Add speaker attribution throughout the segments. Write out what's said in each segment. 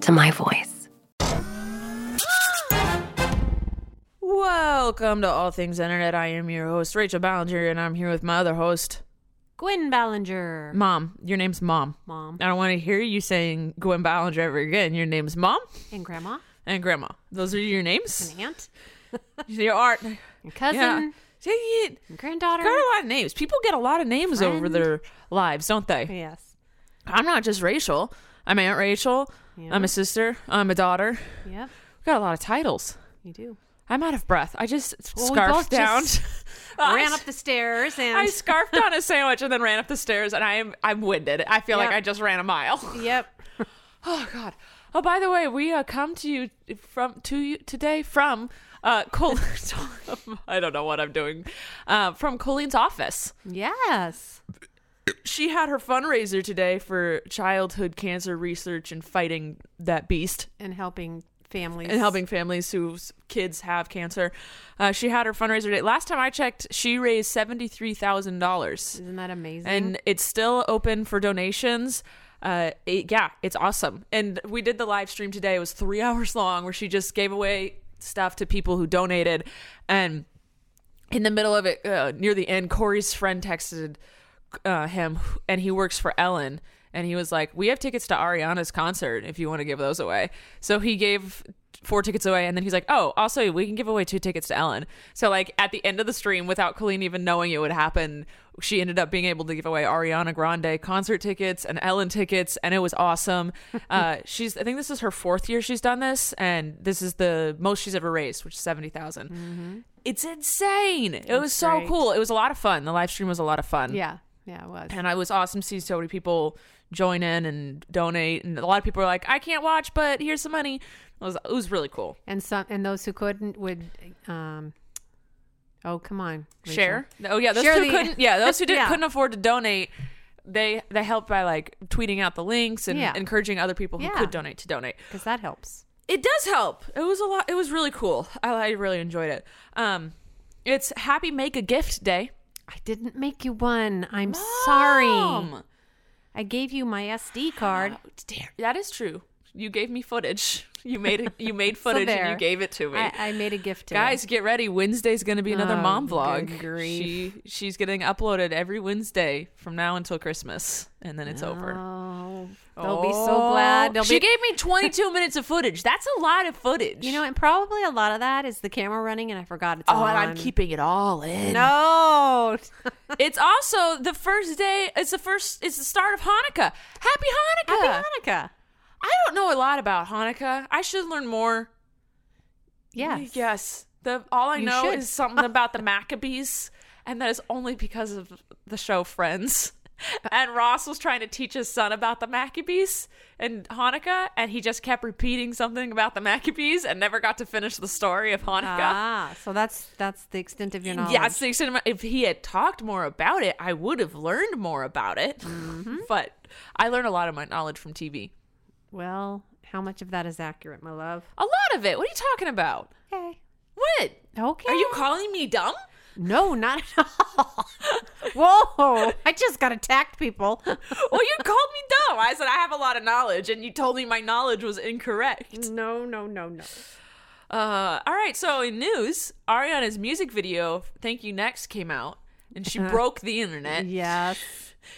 Speaker 1: to my voice.
Speaker 2: Welcome to All Things Internet. I am your host, Rachel Ballinger, and I'm here with my other host,
Speaker 3: Gwen Ballinger.
Speaker 2: Mom. Your name's Mom.
Speaker 3: Mom.
Speaker 2: I don't want to hear you saying Gwen Ballinger ever again. Your name's Mom
Speaker 3: And grandma.
Speaker 2: and Grandma. Those are your names.
Speaker 3: And aunt.
Speaker 2: Your art.
Speaker 3: And cousin.
Speaker 2: Yeah. Dang it.
Speaker 3: And granddaughter.
Speaker 2: Got a lot of names. People get a lot of names over
Speaker 3: Friend.
Speaker 2: their lives, don't they?
Speaker 3: Yes.
Speaker 2: I'm not just Rachel. I'm Aunt Rachel.
Speaker 3: Yeah.
Speaker 2: I'm a sister. I'm a daughter.
Speaker 3: Yep.
Speaker 2: Got a lot of titles.
Speaker 3: You do.
Speaker 2: I'm out of breath. I just
Speaker 3: Well, we both
Speaker 2: scarfed down.
Speaker 3: just Ran up the stairs and.
Speaker 2: I scarfed down a sandwich and then ran up the stairs, and I am I'm winded. I feel like
Speaker 3: Yep.
Speaker 2: I just ran a mile.
Speaker 3: yep.
Speaker 2: Oh God! Oh, by the way, we uh, come to you from to you today from uh, Col- I don't know what I'm doing. Uh, from Colleen's office,
Speaker 3: Yes.
Speaker 2: she had her fundraiser today for childhood cancer research and fighting that beast
Speaker 3: And helping families.
Speaker 2: and helping families whose kids have cancer. Uh, she had her fundraiser today. Last time I checked, she raised seventy three thousand dollars.
Speaker 3: Isn't that amazing?
Speaker 2: and it's still open for donations. Uh, it- yeah, it's awesome. And we did the live stream today. It was three hours long where she just gave away stuff to people who donated. And in the middle of it, uh, near the end, Corey's friend texted uh, him, and he works for Ellen. And he was like, "We have tickets to Ariana's concert. If you want to give those away." So he gave four tickets away, and then he's like, "Oh, also we can give away two tickets to Ellen." So like at the end of the stream, without Colleen even knowing it would happen, she ended up being able to give away Ariana Grande concert tickets and Ellen tickets, and it was awesome. uh, she's I think this is her fourth year she's done this, and this is the most she's ever raised, which is seventy thousand. It's insane. It was so
Speaker 3: great.
Speaker 2: cool. It was a lot of fun. The live stream was a lot of fun.
Speaker 3: yeah. Yeah, it was.
Speaker 2: And I was awesome to see so many people join in and donate. And a lot of people are like, I can't watch, but here's some money. It was, it was really cool.
Speaker 3: And some and those who couldn't would. um Oh, come on. Rachel.
Speaker 2: Share. Oh yeah, those
Speaker 3: Share
Speaker 2: who
Speaker 3: the-
Speaker 2: couldn't yeah, those who did,
Speaker 3: Yeah.
Speaker 2: couldn't afford to donate, they they helped by like tweeting out the links and
Speaker 3: Yeah.
Speaker 2: encouraging other people who
Speaker 3: Yeah.
Speaker 2: could donate to donate.
Speaker 3: Because that helps.
Speaker 2: it does help. It was a lot. It was really cool. I, I really enjoyed it. Um, it's Happy Make a Gift Day.
Speaker 3: I didn't make you one. I'm sorry.
Speaker 2: Mom!
Speaker 3: I gave you my SD card.
Speaker 2: Oh, damn, that is true. You gave me footage. You made it. You made footage and you
Speaker 3: there.
Speaker 2: gave it to me.
Speaker 3: I, I made a gift to
Speaker 2: Guys, get ready. Wednesday's going to be another
Speaker 3: Oh,
Speaker 2: mom
Speaker 3: good
Speaker 2: vlog.
Speaker 3: grief.
Speaker 2: She she's getting uploaded every Wednesday from now until Christmas, and then it's over. Oh,
Speaker 3: Oh, they'll be so glad. They'll
Speaker 2: she
Speaker 3: be,
Speaker 2: gave me 22 minutes of footage. That's a lot of footage.
Speaker 3: you know, and probably a lot of that is the camera running, and I forgot it's
Speaker 2: Oh,
Speaker 3: on.
Speaker 2: and I'm keeping it all in.
Speaker 3: No,
Speaker 2: It's also the first day. It's the first. It's the start of Hanukkah. Happy Hanukkah!
Speaker 3: Happy Hanukkah.
Speaker 2: I don't know a lot about Hanukkah. I should learn more.
Speaker 3: Yes.
Speaker 2: Yes. The all I
Speaker 3: You
Speaker 2: know
Speaker 3: should.
Speaker 2: is something about the Maccabees, and that is only because of the show Friends. And Ross was trying to teach his son about the Maccabees and Hanukkah, and he just kept repeating something about the Maccabees and never got to finish the story of Hanukkah.
Speaker 3: Ah, so that's that's the extent of your knowledge.
Speaker 2: Yeah, it's the extent of my- if he had talked more about it, I would have
Speaker 3: Mm-hmm.
Speaker 2: learned more about it. but I learned a lot of my knowledge from TV.
Speaker 3: Well, How much of that is accurate, my love?
Speaker 2: A lot of it. What are you talking about?
Speaker 3: Okay.
Speaker 2: What?
Speaker 3: Okay.
Speaker 2: Are you calling me dumb?
Speaker 3: No, not at all. Whoa! I just got attacked, people.
Speaker 2: Well, you called me dumb. I said I have a lot of knowledge, and you told me my knowledge was incorrect.
Speaker 3: No, no, no, no.
Speaker 2: Uh, all right. So in news, Ariana's music video "Thank You Next" came out, and she broke the internet.
Speaker 3: Yes.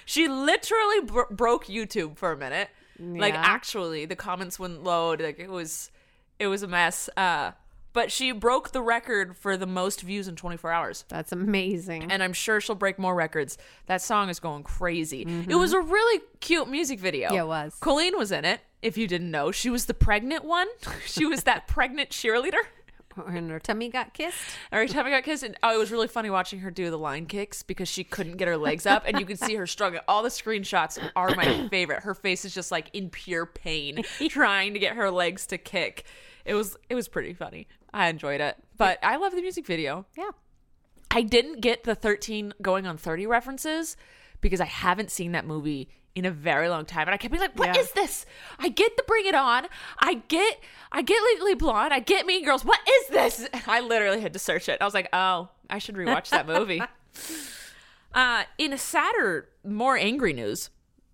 Speaker 2: She literally bro- broke YouTube for a minute. Like
Speaker 3: Yeah.
Speaker 2: actually, the comments wouldn't load. Like it was, it was a mess. Uh, but she broke the record for the most views in 24 hours.
Speaker 3: That's amazing.
Speaker 2: and I'm sure she'll break more records. That song is going crazy. It was a really cute music video.
Speaker 3: Mm-hmm. Yeah, it was.
Speaker 2: Colleen was in it. If you didn't know, she was the pregnant one. she was that pregnant cheerleader.
Speaker 3: and her tummy got kissed.
Speaker 2: Every time I got kissed, and oh, it was really funny watching her do the line kicks because she couldn't get her legs up, and you could see her struggling. All the screenshots are my favorite. Her face is just like in pure pain, trying to get her legs to kick. It was it was pretty funny. I enjoyed it, but I love the music video.
Speaker 3: Yeah.
Speaker 2: I didn't get the 13 going on 30 references because I haven't seen that movie in a very long time and I kept being like "What is
Speaker 3: Yeah.
Speaker 2: this? I get the Bring It On. I get I get Legally Blonde. I get Mean Girls. What is this? And I literally had to search it. I was like, "Oh, I should rewatch that movie." uh in a sadder, more angry news,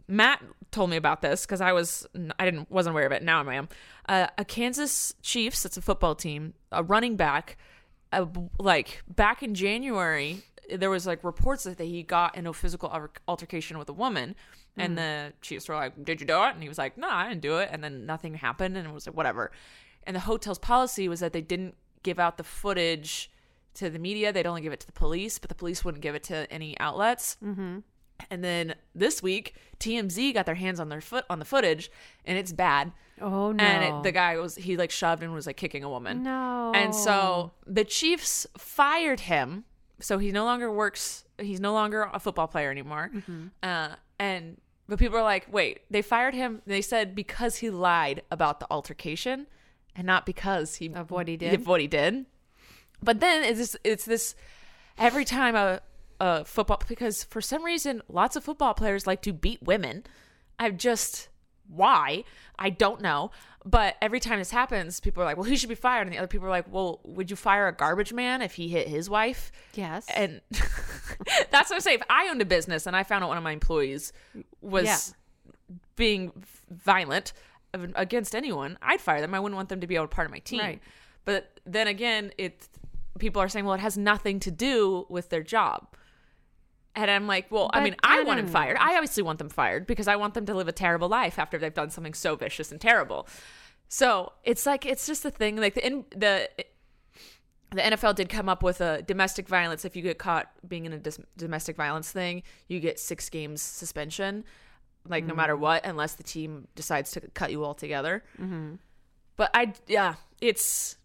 Speaker 2: Matt told me about this because I was I didn't wasn't aware of it. Now I am. Uh, a Kansas Chiefs, that's a football team, a running back, uh like back in January, there was like reports that he got in a physical alter- altercation with a woman, and the Chiefs were like, "Did you do it?" And he was like, "No, I didn't do it." And then nothing happened, and it was like whatever. And the hotel's policy was that they didn't give out the footage to the media; they'd only give it to the police, but the police wouldn't give it to any outlets. And then this week, TMZ got their hands on their foot on the footage, and it's bad.
Speaker 3: Oh no.
Speaker 2: And it, the guy was he like shoved and was like kicking a woman.
Speaker 3: No.
Speaker 2: And so the Chiefs fired him, so he no longer works. He's no longer a football player anymore.
Speaker 3: Mm-hmm.
Speaker 2: Uh, and but people are like, wait, they fired him. They said because he lied about the altercation, and not because he
Speaker 3: Of what he did.
Speaker 2: Of what he did. But then it's this, it's this every time a, a football because for some reason lots of football players like to beat women. I've just why I don't know. But every time this happens, people are like, "Well, he should be fired," and the other people are like, "Well, would you fire a garbage man if he hit his wife?"
Speaker 3: yes.
Speaker 2: And that's what I'm saying. If I owned a business and I found out one of my employees was being violent against anyone, I'd fire them. I wouldn't want them to be a part of my team.
Speaker 3: Right.
Speaker 2: But then again, it people are saying, well, it has nothing to do with their job. And I'm like, well, I
Speaker 3: But
Speaker 2: mean,
Speaker 3: I
Speaker 2: I want
Speaker 3: don't
Speaker 2: them fired. I obviously want them fired because I want them to live a terrible life after they've done something so vicious and terrible. So it's like it's just a thing. Like the in, the the NFL did come up with a domestic violence. If you get caught being in a dis- domestic violence thing, you get six games suspension, like
Speaker 3: Mm.
Speaker 2: no matter what, unless the team decides to cut you altogether. Mm-hmm. But I, yeah, it's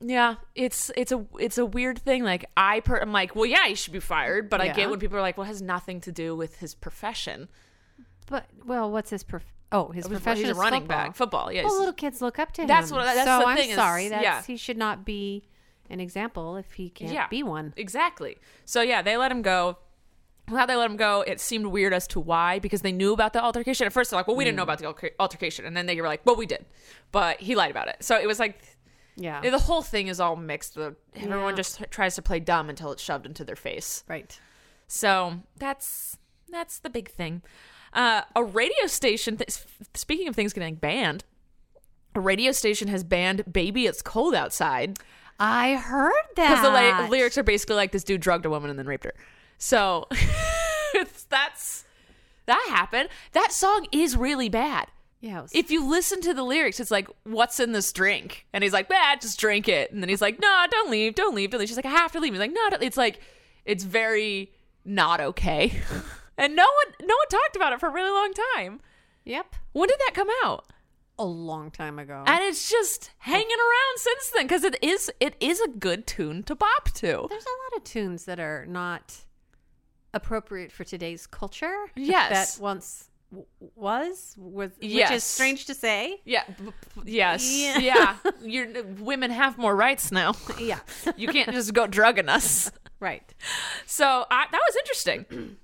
Speaker 2: yeah, it's it's a it's a weird thing. Like I, per- I'm like, well, yeah, he should be fired. But I
Speaker 3: Yeah.
Speaker 2: get when people are like, well, it has nothing to do with his profession.
Speaker 3: but well, what's his prof? Oh, his
Speaker 2: Well,
Speaker 3: profession
Speaker 2: he's a
Speaker 3: is
Speaker 2: running
Speaker 3: football.
Speaker 2: back, football. Yeah,
Speaker 3: Well,
Speaker 2: he's-
Speaker 3: little kids look up to
Speaker 2: That's
Speaker 3: him.
Speaker 2: what- that's
Speaker 3: so
Speaker 2: the
Speaker 3: I'm
Speaker 2: thing is-
Speaker 3: sorry. that's
Speaker 2: yeah.
Speaker 3: he should not be an example if he can't be one.
Speaker 2: Exactly. So yeah, they let him go. How they let him go, it seemed weird as to why, because they knew about the altercation. At first, they're like, well, we didn't know about the alter- altercation. And then they were like, well, we did. But he lied about it. So it was like,
Speaker 3: Yeah.
Speaker 2: the whole thing is all mixed. The, everyone
Speaker 3: Yeah.
Speaker 2: just tries to play dumb until it's shoved into their face.
Speaker 3: right.
Speaker 2: So that's that's the big thing. Uh, a radio station. Th- speaking of things getting banned, a radio station has banned "Baby It's Cold Outside"
Speaker 3: I heard that.
Speaker 2: because the la- lyrics are basically like this dude drugged a woman and then raped her. So it's, that's that happened. That song is really bad.
Speaker 3: Yeah. it was-
Speaker 2: If you listen to the lyrics, it's like, "What's in this drink?" And he's like, "Bah, just drink it." And then he's like, "No, don't leave, don't leave, don't leave." She's like, "I have to leave." He's like, "No, don't-" it's like, it's very not okay." and no one, no one talked about it for a really long time.
Speaker 3: yep.
Speaker 2: When did that come out?
Speaker 3: A long time ago.
Speaker 2: And it's just hanging around since then because it is, it is a good tune to bop to.
Speaker 3: There's a lot of tunes that are not appropriate for today's culture.
Speaker 2: Yes.
Speaker 3: That once w- was was which
Speaker 2: Yes.
Speaker 3: is strange to say.
Speaker 2: Yeah, b- b- yes,
Speaker 3: Yeah.
Speaker 2: yeah. You're, women have more rights now.
Speaker 3: Yeah.
Speaker 2: You can't just go drugging us.
Speaker 3: right.
Speaker 2: So I, that was interesting.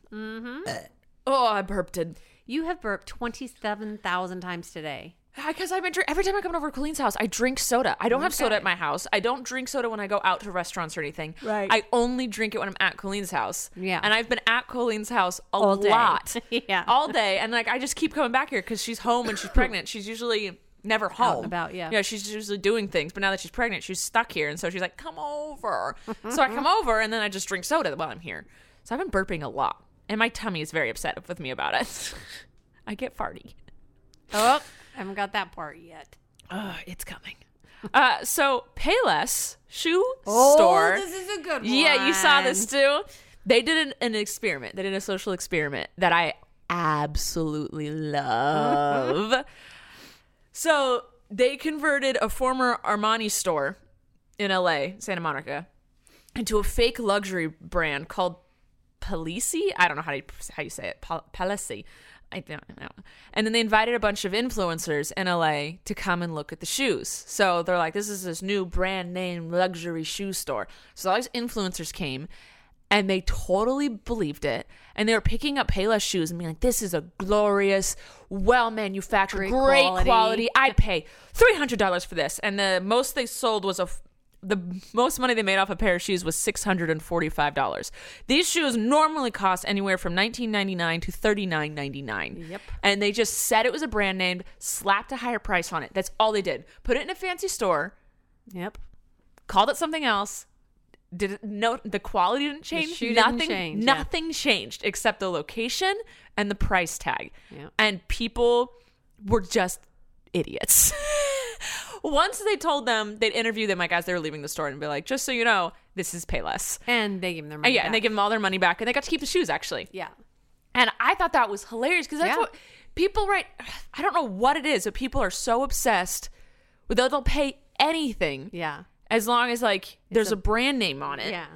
Speaker 2: Oh, I burped. In.
Speaker 3: You have burped 27,000 times today.
Speaker 2: Because I've been drink- every time I come over to Colleen's house, I drink soda. I don't have soda at my house. I don't drink soda when I go out to restaurants or anything.
Speaker 3: Right.
Speaker 2: I only drink it when I'm at Colleen's house.
Speaker 3: Yeah.
Speaker 2: And I've been at Colleen's house a
Speaker 3: All day.
Speaker 2: lot.
Speaker 3: Yeah.
Speaker 2: All day, and like I just keep coming back here because she's home and she's pregnant. She's usually never home.
Speaker 3: about, yeah.
Speaker 2: Yeah. She's usually doing things, but now that she's pregnant, she's stuck here, and so she's like, "Come over." so I come over, and then I just drink soda while I'm here. So I've been burping a lot, and my tummy is very upset with me about it. I get farty.
Speaker 3: Oh, I haven't got that part yet.
Speaker 2: Oh, it's coming. uh, so Payless shoe
Speaker 3: Oh,
Speaker 2: store.
Speaker 3: this is a good one.
Speaker 2: yeah, you saw this too. They did an, an experiment. They did a social experiment that I absolutely love. so they converted a former Armani store in LA, Santa Monica, into a fake luxury brand called Palisi. I don't know how to how you say it. Pal- Palisi. I don't know. And then they invited a bunch of influencers in LA to come and look at the shoes. So they're like, this is this new brand name luxury shoe store. So all these influencers came and they totally believed it. And they were picking up Payless shoes and being like, this is a glorious, well manufactured, great,
Speaker 3: Great
Speaker 2: quality.
Speaker 3: quality.
Speaker 2: I pay $300 for this. And the most they sold was a f- the most money they made off a pair of shoes was $645. These shoes normally cost anywhere from $19.99 to $39.99.
Speaker 3: Yep.
Speaker 2: And they just said it was a brand name, slapped a higher price on it. That's all they did. Put it in a fancy store,
Speaker 3: Yep.
Speaker 2: called it something else. Did it, no the quality didn't change.
Speaker 3: shoe didn't
Speaker 2: nothing
Speaker 3: change, yeah.
Speaker 2: nothing changed except the location and the price tag.
Speaker 3: Yeah.
Speaker 2: And people were just idiots. Once they told them they'd interview them like as they were leaving the store and be like, just so you know, this is Payless.
Speaker 3: And they give them their
Speaker 2: And
Speaker 3: money.
Speaker 2: Oh, yeah, and they
Speaker 3: back.
Speaker 2: give them all their money back and they got to keep the shoes actually.
Speaker 3: Yeah.
Speaker 2: And I thought that was hilarious because that's
Speaker 3: Yeah.
Speaker 2: what people right I don't know what it is, but people are so obsessed with they'll they'll pay anything
Speaker 3: Yeah.
Speaker 2: as long as like there's a, brand name on it.
Speaker 3: Yeah.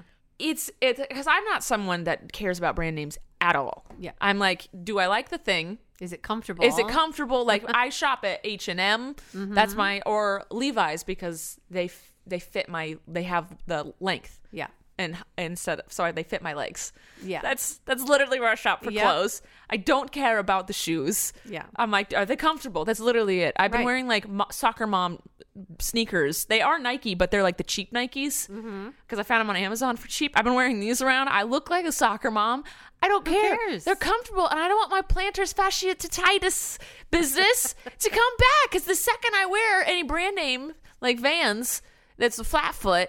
Speaker 2: It's it's because I'm not someone that cares about brand names at all.
Speaker 3: Yeah.
Speaker 2: I'm like, do I like the thing?
Speaker 3: Is it comfortable?
Speaker 2: Is it comfortable? Like I shop at H and M.
Speaker 3: Mm-hmm.
Speaker 2: That's my or Levi's because they f- they fit my they have the length
Speaker 3: Yeah.
Speaker 2: and instead of sorry they fit my legs.
Speaker 3: Yeah.
Speaker 2: That's that's literally where I shop for
Speaker 3: Yep.
Speaker 2: clothes. I don't care about the shoes.
Speaker 3: Yeah.
Speaker 2: I'm like, are they comfortable? That's literally it. I've been
Speaker 3: Right.
Speaker 2: wearing like mo- soccer mom sneakers. They are Nike, but they're like the cheap Nikes because
Speaker 3: Mm-hmm.
Speaker 2: I found them on Amazon for cheap. I've been wearing these around. I look like a soccer mom. I don't care.
Speaker 3: cares?
Speaker 2: They're comfortable, and I don't want my plantar's fasciitis business to come back. Because the second I wear any brand name like Vans, that's a flat foot.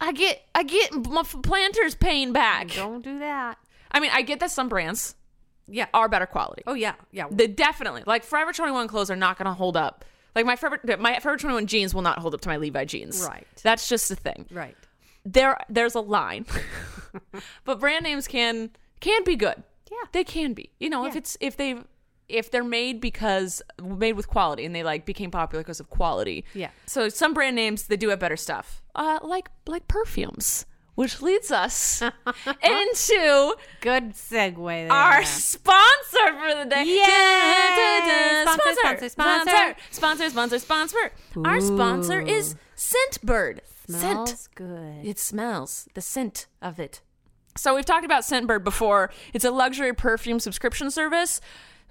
Speaker 2: I get I get my f- plantar's pain back.
Speaker 3: Don't do that.
Speaker 2: I mean, I get that some brands
Speaker 3: Yeah.
Speaker 2: are better quality.
Speaker 3: Oh yeah. Yeah.
Speaker 2: They definitely like Forever 21 clothes are not going to hold up. Like my Forever my Forever 21 jeans will not hold up to my Levi jeans.
Speaker 3: Right.
Speaker 2: That's just a thing.
Speaker 3: right.
Speaker 2: There there's a line. but brand names can can be good.
Speaker 3: Yeah.
Speaker 2: They can be. You know, if
Speaker 3: Yeah.
Speaker 2: it's if they if they're made because made with quality and they like became popular because of quality.
Speaker 3: Yeah.
Speaker 2: So some brand names they do have better stuff. Uh like like perfumes, which leads us into
Speaker 3: Good segue there.
Speaker 2: our sponsor for the day.
Speaker 3: Yay!
Speaker 2: Dun, dun, dun, Sponsor,
Speaker 3: Sponsor, sponsor,
Speaker 2: sponsor, sponsor, sponsor, sponsor. Our sponsor is Scentbird.
Speaker 3: smells
Speaker 2: Scent.
Speaker 3: good.
Speaker 2: It smells the scent of it. So we've talked about Scentbird before. It's a luxury perfume subscription service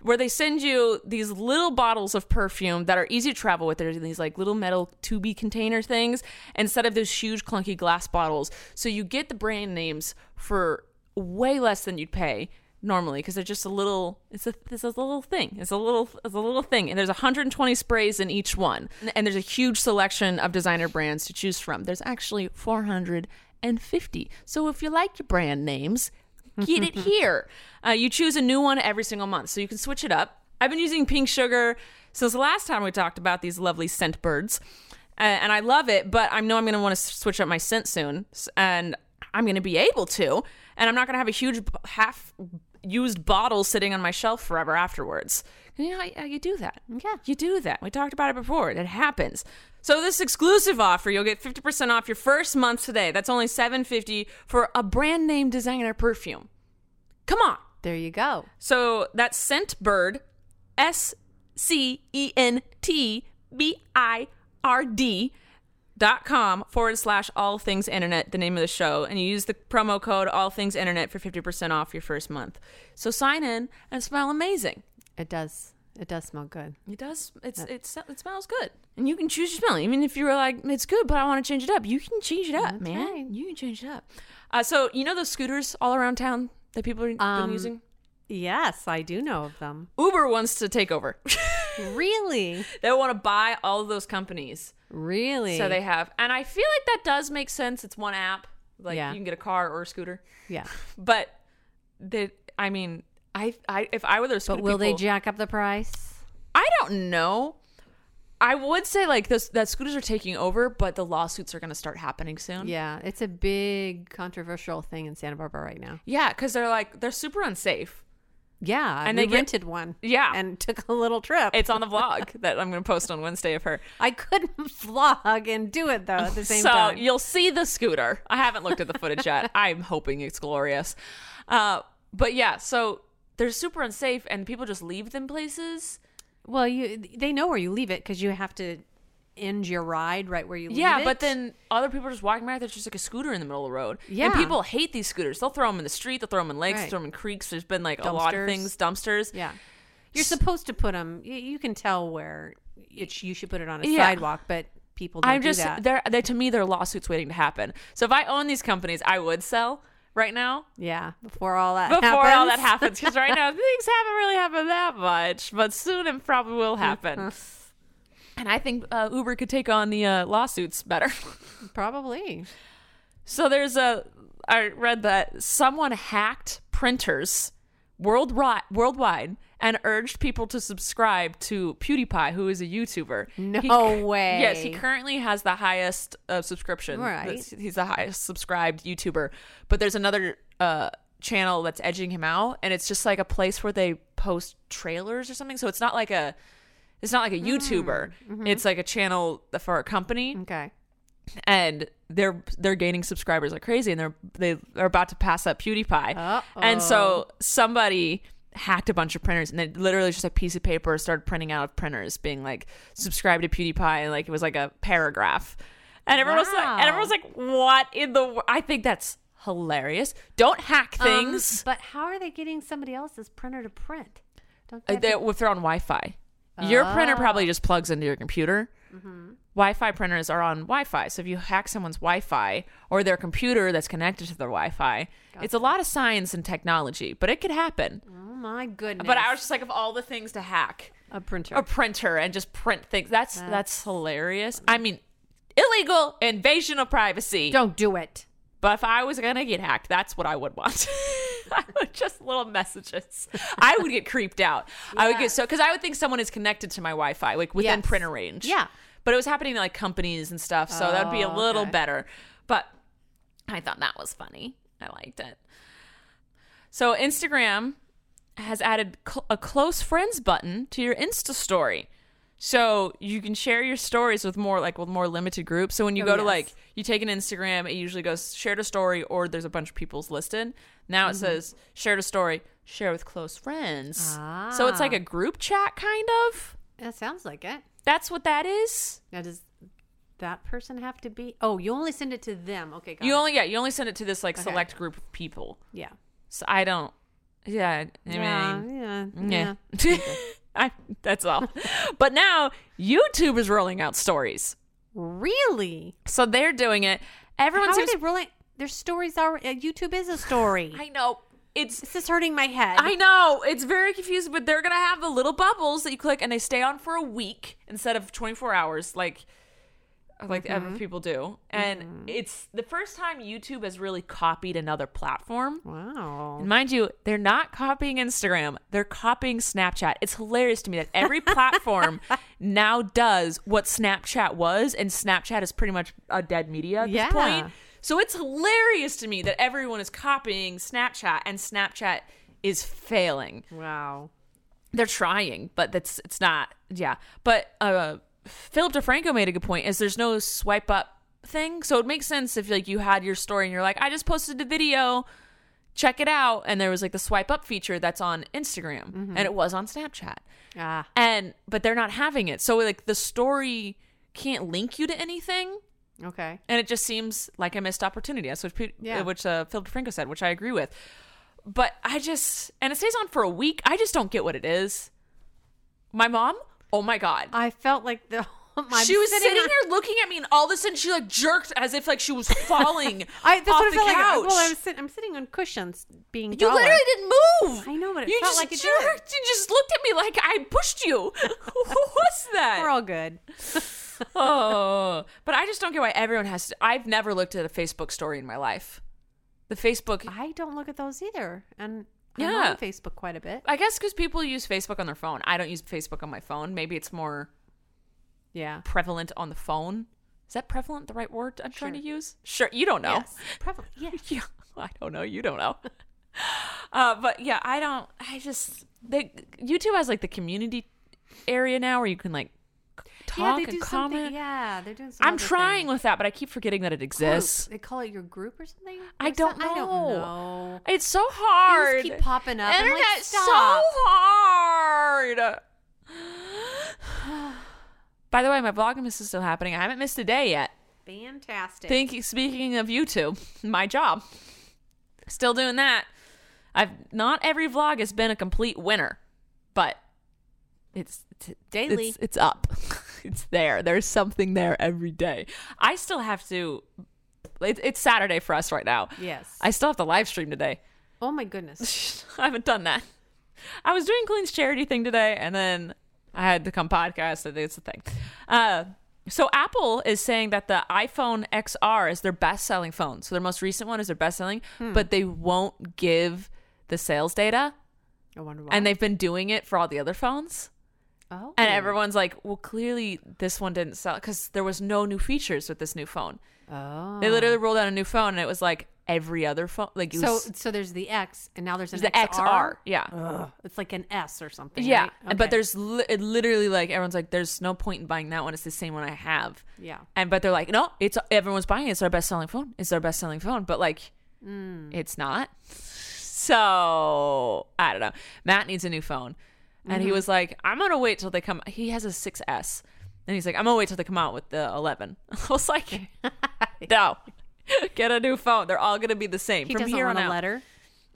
Speaker 2: where they send you these little bottles of perfume that are easy to travel with. They're in these like little metal tubey container things instead of those huge clunky glass bottles. So you get the brand names for way less than you'd pay normally because they're just a little it's a it's a little thing it's a little it's a little thing and there's 120 sprays in each one and there's a huge selection of designer brands to choose from there's actually 450 so if you like your brand names get it here uh, you choose a new one every single month so you can switch it up i've been using pink sugar since the last time we talked about these lovely scent birds uh, and I love it, but I know I'm going to want to switch up my scent soon, s- and I'm going to be able to, and I'm not going to have a huge b- half used bottle sitting on my shelf forever afterwards. And you know how, how you do that?
Speaker 3: Yeah.
Speaker 2: You do that. We talked about it before. It happens. So this exclusive offer, you'll get 50% off your first month today. That's only 750 for a brand name designer perfume. Come on.
Speaker 3: There you go.
Speaker 2: So that's Scentbird, S C E N T B I R D dot com forward slash all things internet, the name of the show, and you use the promo code all things internet for 50% off your first month. So sign in and smell amazing.
Speaker 3: It does. It does smell good.
Speaker 2: It does. It's
Speaker 3: Yeah.
Speaker 2: it's it smells good, and you can choose your smell. Even if you were like, it's good, but I want to change it up. You can change it up,
Speaker 3: That's
Speaker 2: man.
Speaker 3: right.
Speaker 2: You can change it up. Uh, so you know those scooters all around town that people are been
Speaker 3: Um,
Speaker 2: using.
Speaker 3: Yes, I do know of them.
Speaker 2: Uber wants to take over.
Speaker 3: Really?
Speaker 2: they want to buy all of those companies.
Speaker 3: Really?
Speaker 2: So they have, and I feel like that does make sense. It's one app. Like
Speaker 3: Yeah.
Speaker 2: you can get a car or a scooter,
Speaker 3: Yeah.
Speaker 2: but that I mean, I I if I were those,
Speaker 3: But
Speaker 2: scooter
Speaker 3: will they
Speaker 2: people-
Speaker 3: jack up the price?
Speaker 2: I don't know. I would say like this that scooters are taking over, but the lawsuits are going to start happening soon.
Speaker 3: Yeah, it's a big controversial thing in Santa Barbara right now.
Speaker 2: yeah, because they're like they're super unsafe.
Speaker 3: Yeah,
Speaker 2: And
Speaker 3: and we
Speaker 2: they get-
Speaker 3: rented one.
Speaker 2: Yeah.
Speaker 3: and took a little trip.
Speaker 2: It's on the vlog that I'm going to post on Wednesday of her.
Speaker 3: I couldn't vlog and do it though at the same
Speaker 2: so
Speaker 3: time.
Speaker 2: you'll see the scooter. I haven't looked at the footage yet. I'm hoping it's glorious. Uh, but yeah, so they're super unsafe, and people just leave them places.
Speaker 3: well, you they know where you leave it because you have to end your ride right where you leave
Speaker 2: Yeah,
Speaker 3: it.
Speaker 2: but then other people are just walking by. There's just like a scooter in the middle of the road.
Speaker 3: Yeah.
Speaker 2: and people hate these scooters. They'll throw them in the street. They'll throw them in lakes.
Speaker 3: Right.
Speaker 2: Throw them in creeks. There's been like a lot of
Speaker 3: Dumpsters.
Speaker 2: things, dumpsters.
Speaker 3: yeah, you're supposed to put them. You, you can tell where it, you should put it on a
Speaker 2: Yeah.
Speaker 3: sidewalk, but people don't
Speaker 2: I'm
Speaker 3: do
Speaker 2: just
Speaker 3: that.
Speaker 2: they're, they to me they're lawsuits waiting to happen. So if I own these companies, I would sell right now
Speaker 3: yeah, before all that
Speaker 2: before
Speaker 3: happens.
Speaker 2: all that happens because right now things haven't really happened that much, but soon it probably will happen. and I think uh, Uber could take on the uh, lawsuits better.
Speaker 3: Probably.
Speaker 2: so there's a I read that someone hacked printers worldwide worldwide and urged people to subscribe to PewDiePie, who is a YouTuber.
Speaker 3: No
Speaker 2: cur-
Speaker 3: way.
Speaker 2: Yes, he currently has the highest uh, subscription.
Speaker 3: Right.
Speaker 2: That's- He's the highest subscribed YouTuber. But there's another uh, channel that's edging him out, and it's just like a place where they post trailers or something. So it's not like a it's not like a YouTuber.
Speaker 3: Hmm. Mm-hmm.
Speaker 2: It's like a channel for a company
Speaker 3: Okay.
Speaker 2: and they're they're gaining subscribers like crazy, and they're they are about to pass up PewDiePie. And so somebody hacked a bunch of printers, and they literally just a piece of paper started printing out of printers, being like subscribe to PewDiePie, and like it was like a paragraph, and everyone was like,
Speaker 3: Wow.
Speaker 2: and everyone was like, what in the? wor-" I think that's hilarious. Don't hack
Speaker 3: Um,
Speaker 2: things.
Speaker 3: but how are they getting somebody else's printer to print? Don't
Speaker 2: Uh,
Speaker 3: they have Ah. to-
Speaker 2: they're, if they're on Wi-Fi, your printer probably just plugs into your computer.
Speaker 3: Mm-hmm.
Speaker 2: Wi-Fi printers are on Wi-Fi, so if you hack someone's Wi-Fi or their computer that's connected to their Wi-Fi, it's a lot of science and technology, but it could happen.
Speaker 3: oh my goodness!
Speaker 2: But I was just Oh, like, of all the things to hack,
Speaker 3: a printer.
Speaker 2: a printer and just print things. That's that's, hilarious. I mean, illegal invasion of privacy.
Speaker 3: Don't do it.
Speaker 2: But if I was gonna get hacked, that's what I would want. I would just little messages. I would get creeped out. I would get so because I would think someone is connected to my Wi-Fi, like within
Speaker 3: Yes.
Speaker 2: printer range.
Speaker 3: Yeah.
Speaker 2: But it was happening to like companies and stuff, so that would be a
Speaker 3: Oh,
Speaker 2: little
Speaker 3: okay.
Speaker 2: better. But I thought that was funny. I liked it. So Instagram has added cl- a close friends button to your Insta story. So you can share your stories with more like with more limited groups. So when you
Speaker 3: Oh,
Speaker 2: go to
Speaker 3: yes.
Speaker 2: like you take an Instagram, it usually goes shared a story or there's a bunch of people's listed. Now it
Speaker 3: Mm-hmm.
Speaker 2: says shared a story, share with close friends. So it's like
Speaker 3: Ah.
Speaker 2: a group chat kind of.
Speaker 3: That sounds like it.
Speaker 2: That's what that is.
Speaker 3: Now, does that person have to be? Oh, you only send it to them. Okay, got
Speaker 2: You
Speaker 3: it.
Speaker 2: only yeah, you only send it to this like
Speaker 3: Okay.
Speaker 2: select group of people.
Speaker 3: yeah.
Speaker 2: So I don't yeah, I
Speaker 3: yeah,
Speaker 2: mean
Speaker 3: yeah,
Speaker 2: Yeah.
Speaker 3: yeah.
Speaker 2: I, that's all. but now YouTube is rolling out stories.
Speaker 3: Really?
Speaker 2: So they're doing it. Everyone
Speaker 3: How
Speaker 2: seems
Speaker 3: are they really? Their stories are. Uh, YouTube is a story.
Speaker 2: I know. It's
Speaker 3: this is hurting my head.
Speaker 2: I know. It's very confusing, but they're going to have the little bubbles that you click and they stay on for a week instead of 24 hours like like
Speaker 3: Mm-hmm.
Speaker 2: other people do. And it's the first time YouTube has really copied another platform.
Speaker 3: Wow.
Speaker 2: And mind you, they're not copying Instagram. They're copying Snapchat. It's hilarious to me that every platform now does what Snapchat was, and Snapchat is pretty much a dead media at
Speaker 3: Yeah.
Speaker 2: this point. So it's hilarious to me that everyone is copying Snapchat, and Snapchat is failing.
Speaker 3: Wow.
Speaker 2: They're trying, but that's it's not. Yeah, but uh, Philip DeFranco made a good point: is there's no swipe up thing, so it makes sense if like you had your story and you're like, I just posted a video check it out and there was like the swipe up feature that's on instagram and it was on snapchat
Speaker 3: Ah.
Speaker 2: and but they're not having it so like the story can't link you to anything
Speaker 3: Okay.
Speaker 2: and it just seems like a missed opportunity that's what pe-
Speaker 3: Yeah.
Speaker 2: which uh, phil defranco said which i agree with but i just and it stays on for a week i just don't get what it is My mom, oh my God.
Speaker 3: I felt like the my
Speaker 2: she was sitting, there looking at me, and all of a sudden she like jerked as if like she was falling
Speaker 3: I that's
Speaker 2: off
Speaker 3: what I
Speaker 2: the
Speaker 3: felt
Speaker 2: couch.
Speaker 3: like. Well, I'm, sit- I'm sitting on cushions being
Speaker 2: you
Speaker 3: dollar.
Speaker 2: literally didn't move.
Speaker 3: I know, but it
Speaker 2: you
Speaker 3: felt
Speaker 2: just
Speaker 3: like it did.
Speaker 2: jerked. You just looked at me like I pushed you. what was that?
Speaker 3: We're all good.
Speaker 2: oh, but I just don't get why everyone has to. I've never looked at a Facebook story in my life. The Facebook,
Speaker 3: I don't look at those either, and I'm
Speaker 2: Yeah.
Speaker 3: on Facebook quite a bit.
Speaker 2: I guess, because people use Facebook on their phone. I don't use Facebook on my phone. Maybe it's more
Speaker 3: Yeah.
Speaker 2: prevalent on the phone. Is that prevalent the right word I'm trying to use? Sure, you don't know.
Speaker 3: Yes. Prevalent. Yeah.
Speaker 2: yeah, I don't know. You don't know. uh, but yeah, I don't. I just they YouTube has like the community area now where you can like talk
Speaker 3: yeah, they
Speaker 2: and
Speaker 3: do something-
Speaker 2: comment.
Speaker 3: Yeah, they're doing. Some
Speaker 2: I'm
Speaker 3: other
Speaker 2: trying
Speaker 3: thing.
Speaker 2: with that, but I keep forgetting that it
Speaker 3: Group.
Speaker 2: exists.
Speaker 3: They call it your group or something.
Speaker 2: I
Speaker 3: Or
Speaker 2: don't
Speaker 3: some-
Speaker 2: know.
Speaker 3: I don't know.
Speaker 2: It's so hard.
Speaker 3: keep popping up. I'm like,
Speaker 2: Internet's
Speaker 3: "Stop."
Speaker 2: so hard. By the way, my vlogmas is still happening. I haven't missed a day yet.
Speaker 3: Fantastic.
Speaker 2: Thinking, speaking of YouTube, my job, still doing that. I've not every vlog has been a complete winner, but it's it's-
Speaker 3: Daily.
Speaker 2: It's, it's up. it's there. There's something there every day. I still have to. It, it's Saturday for us right now.
Speaker 3: yes.
Speaker 2: I still have to live stream today.
Speaker 3: oh my goodness.
Speaker 2: I haven't done that. I was doing Clean's charity thing today, and then I had to come podcast. And it's the thing. Uh, so Apple is saying that the iPhone XR is their best-selling phone. So their most recent one is their best-selling,
Speaker 3: Hmm.
Speaker 2: but they won't give the sales data,
Speaker 3: I wonder why.
Speaker 2: and they've been doing it for all the other phones.
Speaker 3: oh.
Speaker 2: And everyone's like, "Well, clearly this one didn't sell because there was no new features with this new phone.
Speaker 3: Oh.
Speaker 2: They literally rolled out a new phone, and it was like every other phone. Like it
Speaker 3: So
Speaker 2: was,
Speaker 3: so there's the X, and now there's an
Speaker 2: the XR, yeah."
Speaker 3: Ugh, it's like an S or something.
Speaker 2: Yeah,
Speaker 3: right? Okay.
Speaker 2: but there's li- it literally like everyone's like, there's no point in buying that one. It's the same one I have.
Speaker 3: Yeah.
Speaker 2: And but they're like, no, it's everyone's buying. It. It's our best selling phone. It's our best selling phone. But like,
Speaker 3: Mm.
Speaker 2: it's not. So I don't know. Matt needs a new phone, and
Speaker 3: Mm-hmm.
Speaker 2: he was like, I'm gonna wait till they come. He has a 6S, and he's like, I'm gonna wait till they come out with the 11. I was like, no. Get a new phone. They're all gonna be the same
Speaker 3: He
Speaker 2: from
Speaker 3: doesn't
Speaker 2: here
Speaker 3: want
Speaker 2: on
Speaker 3: a
Speaker 2: out.
Speaker 3: letter.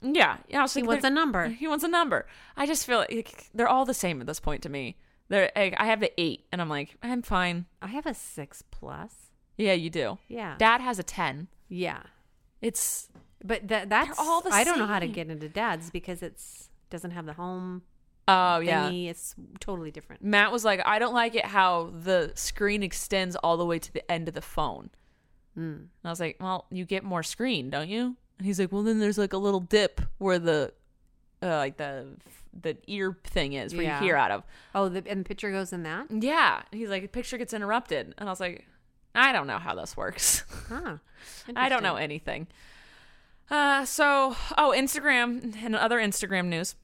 Speaker 2: Yeah. yeah I was
Speaker 3: He
Speaker 2: like,
Speaker 3: wants
Speaker 2: they're-
Speaker 3: a number.
Speaker 2: He wants a number. I just feel like they're all the same at this point to me. They're like, I have the eight, and I'm like, I'm fine.
Speaker 3: I have a six plus.
Speaker 2: Yeah, you do.
Speaker 3: Yeah.
Speaker 2: Dad has a ten.
Speaker 3: yeah.
Speaker 2: It's
Speaker 3: But tha- that's
Speaker 2: all the
Speaker 3: I don't know how to
Speaker 2: same.
Speaker 3: get into dad's because it's doesn't have the home
Speaker 2: oh yeah.
Speaker 3: thingy. It's totally different.
Speaker 2: Matt was like, I don't like it how the screen extends all the way to the end of the phone.
Speaker 3: Hmm.
Speaker 2: And I was like, well, you get more screen, don't you? And he's like, well, then there's like a little dip where the uh, like the the ear thing is where
Speaker 3: Yeah.
Speaker 2: you hear out of.
Speaker 3: Oh, the, and the picture goes in that.
Speaker 2: Yeah. And he's like, the picture gets interrupted. And I was like, I don't know how this works.
Speaker 3: Huh.
Speaker 2: I don't know
Speaker 3: Interesting.
Speaker 2: anything. Uh, so, oh, Instagram and other Instagram news.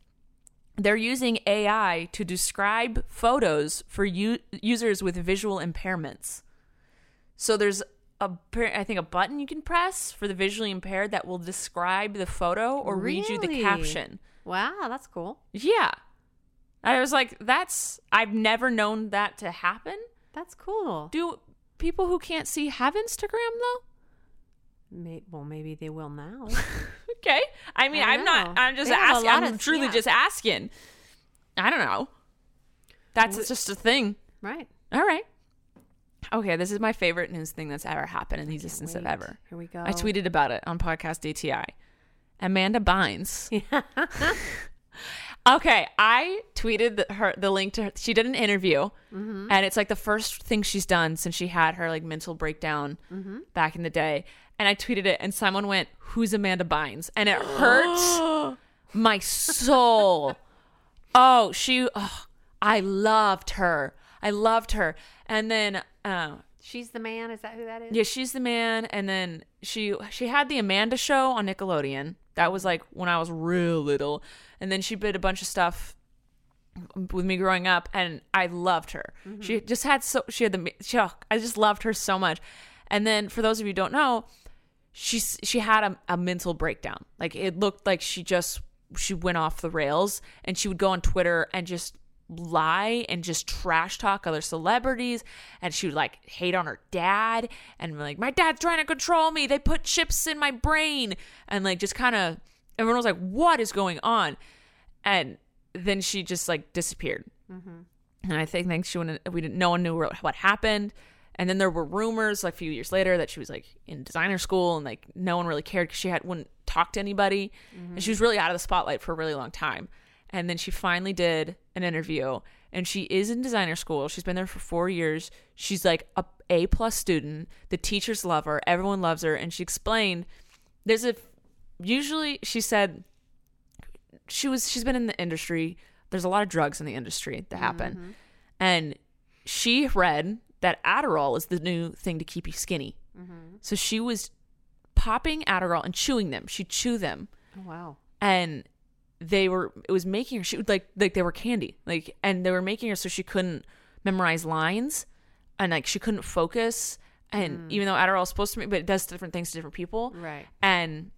Speaker 2: They're using AI to describe photos for u- users with visual impairments. So there's a, par- I think a button you can press for the visually impaired that will describe the photo or read you the
Speaker 3: Really?
Speaker 2: caption.
Speaker 3: Wow, that's cool.
Speaker 2: Yeah. I was like, that's, I've never known that to happen.
Speaker 3: That's cool.
Speaker 2: Do people who can't see have Instagram though?
Speaker 3: May, well, maybe they will now.
Speaker 2: Okay. I mean,
Speaker 3: I
Speaker 2: I'm
Speaker 3: don't
Speaker 2: not.
Speaker 3: know.
Speaker 2: I'm just
Speaker 3: They have a
Speaker 2: asking.
Speaker 3: lot
Speaker 2: I'm
Speaker 3: of-
Speaker 2: truly
Speaker 3: yeah.
Speaker 2: just asking. I don't know. That's just a thing.
Speaker 3: right.
Speaker 2: All right. Okay, this is my favorite news thing that's ever happened in the existence of
Speaker 3: Wait,
Speaker 2: ever.
Speaker 3: Here we go.
Speaker 2: I tweeted about it on podcast DTI. Amanda Bynes. okay, I tweeted the, her the link to her. She did an interview, and it's like the first thing she's done since she had her like mental breakdown back in the day. And I tweeted it, and someone went, "Who's Amanda Bynes?" And it hurt my soul. Oh, she. Oh, I loved her. I loved her. And then. Um,
Speaker 3: She's the man. Is that who that is?
Speaker 2: yeah, she's the man. And then she she had the Amanda show on Nickelodeon. That was like when I was real little. And then she did a bunch of stuff with me growing up, and I loved her. She just had so she had the she, oh, I just loved her so much. And then for those of you who don't know, she she had a, a mental breakdown. Like it looked like she just she went off the rails, and she would go on Twitter and just lie and just trash talk other celebrities, and she would like hate on her dad and be like my dad's trying to control me. They put chips in my brain, and like just kind of everyone was like, what is going on? And then she just like disappeared. and I think think she went. We didn't. No one knew what what happened. And then there were rumors like a few years later that she was like in designer school and like no one really cared because she had wouldn't talk to anybody, and she was really out of the spotlight for a really long time. And then she finally did an interview, and she is in designer school. She's been there for four years. She's like a A plus student. The teachers love her. Everyone loves her. And she explained there's a usually she said she was she's been in the industry. There's a lot of drugs in the industry that happen. And she read that Adderall is the new thing to keep you skinny. So she was popping Adderall and chewing them. She'd chew them
Speaker 3: Oh, wow.
Speaker 2: and they were it was making her she would like like they were candy. Like and they were making her so she couldn't memorize lines and like she couldn't focus and even though Adderall is supposed to make but it does different things to different people.
Speaker 3: Right.
Speaker 2: And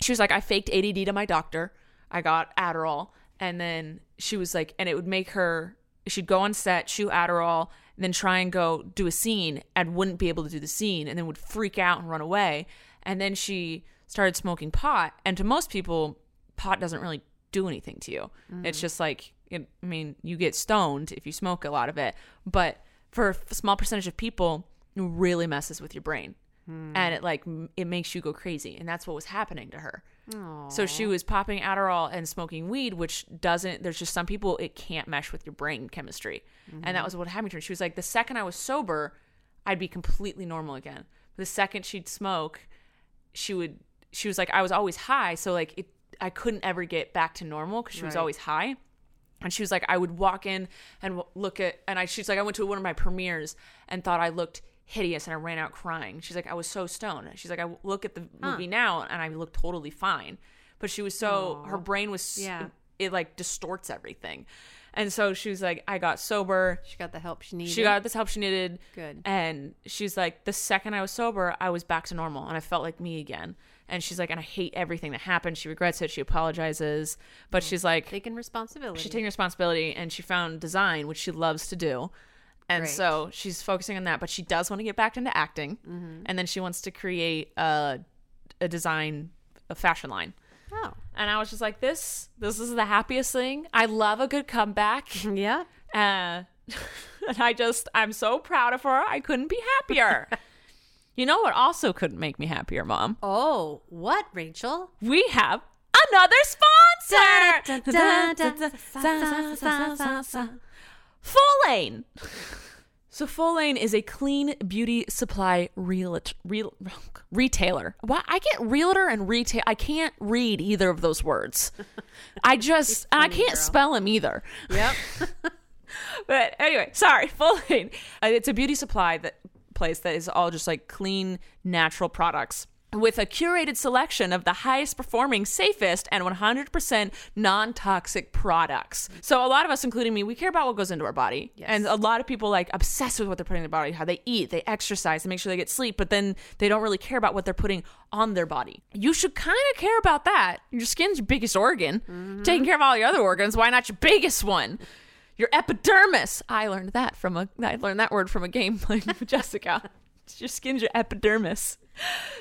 Speaker 2: she was like, I faked ADD to my doctor. I got Adderall. And then she was like, and it would make her, she'd go on set, chew Adderall, and then try and go do a scene and wouldn't be able to do the scene and then would freak out and run away. And then she started smoking pot. And to most people, pot doesn't really do anything to you. It's just like, it, I mean, you get stoned if you smoke a lot of it. But for a f- small percentage of people, it really messes with your brain and it like m- it makes you go crazy and that's what was happening to her so she was popping adderall and smoking weed which doesn't there's just some people it can't mesh with your brain chemistry and that was what happened to her she was like the second i was sober i'd be completely normal again the second she'd smoke she would she was like i was always high so like it i couldn't ever get back to normal because she was
Speaker 3: Right.
Speaker 2: always high and she was like i would walk in and w- look at and i she's like i went to one of my premieres and thought i looked hideous and i ran out crying she's like i was so stoned she's like i w- look at the movie now and i look totally fine but she was so her brain was yeah.
Speaker 3: Yeah.
Speaker 2: it like distorts everything and so she was like i got sober
Speaker 3: She got the help she needed.
Speaker 2: she got this help she needed.
Speaker 3: Good.
Speaker 2: And she's like, the second I was sober, I was back to normal and I felt like me again. And she's like, and I hate everything that happened. She regrets it. She apologizes. But
Speaker 3: Mm.
Speaker 2: she's like,
Speaker 3: taking responsibility.
Speaker 2: she's taking responsibility and she found design, which she loves to do. And
Speaker 3: Great. Mm-hmm.
Speaker 2: so she's focusing on that. But she does want to get back into acting. And then she wants to create a, a design, a fashion line.
Speaker 3: oh.
Speaker 2: And I was just like, this, this is the happiest thing. I love a good comeback.
Speaker 3: Yeah.
Speaker 2: Uh, and I just, I'm so proud of her. I couldn't be happier. you know what also couldn't make me happier, Mom?
Speaker 3: Oh, what, Rachel?
Speaker 2: We have another sponsor! Full Lane! So Full Lane is a clean beauty supply real, real, retailer. Why I get realtor and retail. I can't read either of those words. I just and I can't spell them either.
Speaker 3: Yep.
Speaker 2: but anyway, sorry, Full Lane. Uh, It's a beauty supply that place that is all just like clean, natural products with a curated selection of the highest performing, safest, and 100% non-toxic products. So a lot of us, including me, we care about what goes into our body, and a lot of people like obsessed with what they're putting in their body, how they eat, they exercise, they make sure they get sleep, but then they don't really care about what they're putting on their body. You should kind of care about that. Your skin's your biggest organ. Taking care of all your other organs, why not your biggest one? your epidermis. I learned that from a I learned that word from a game playing with Jessica. It's your skin's your epidermis.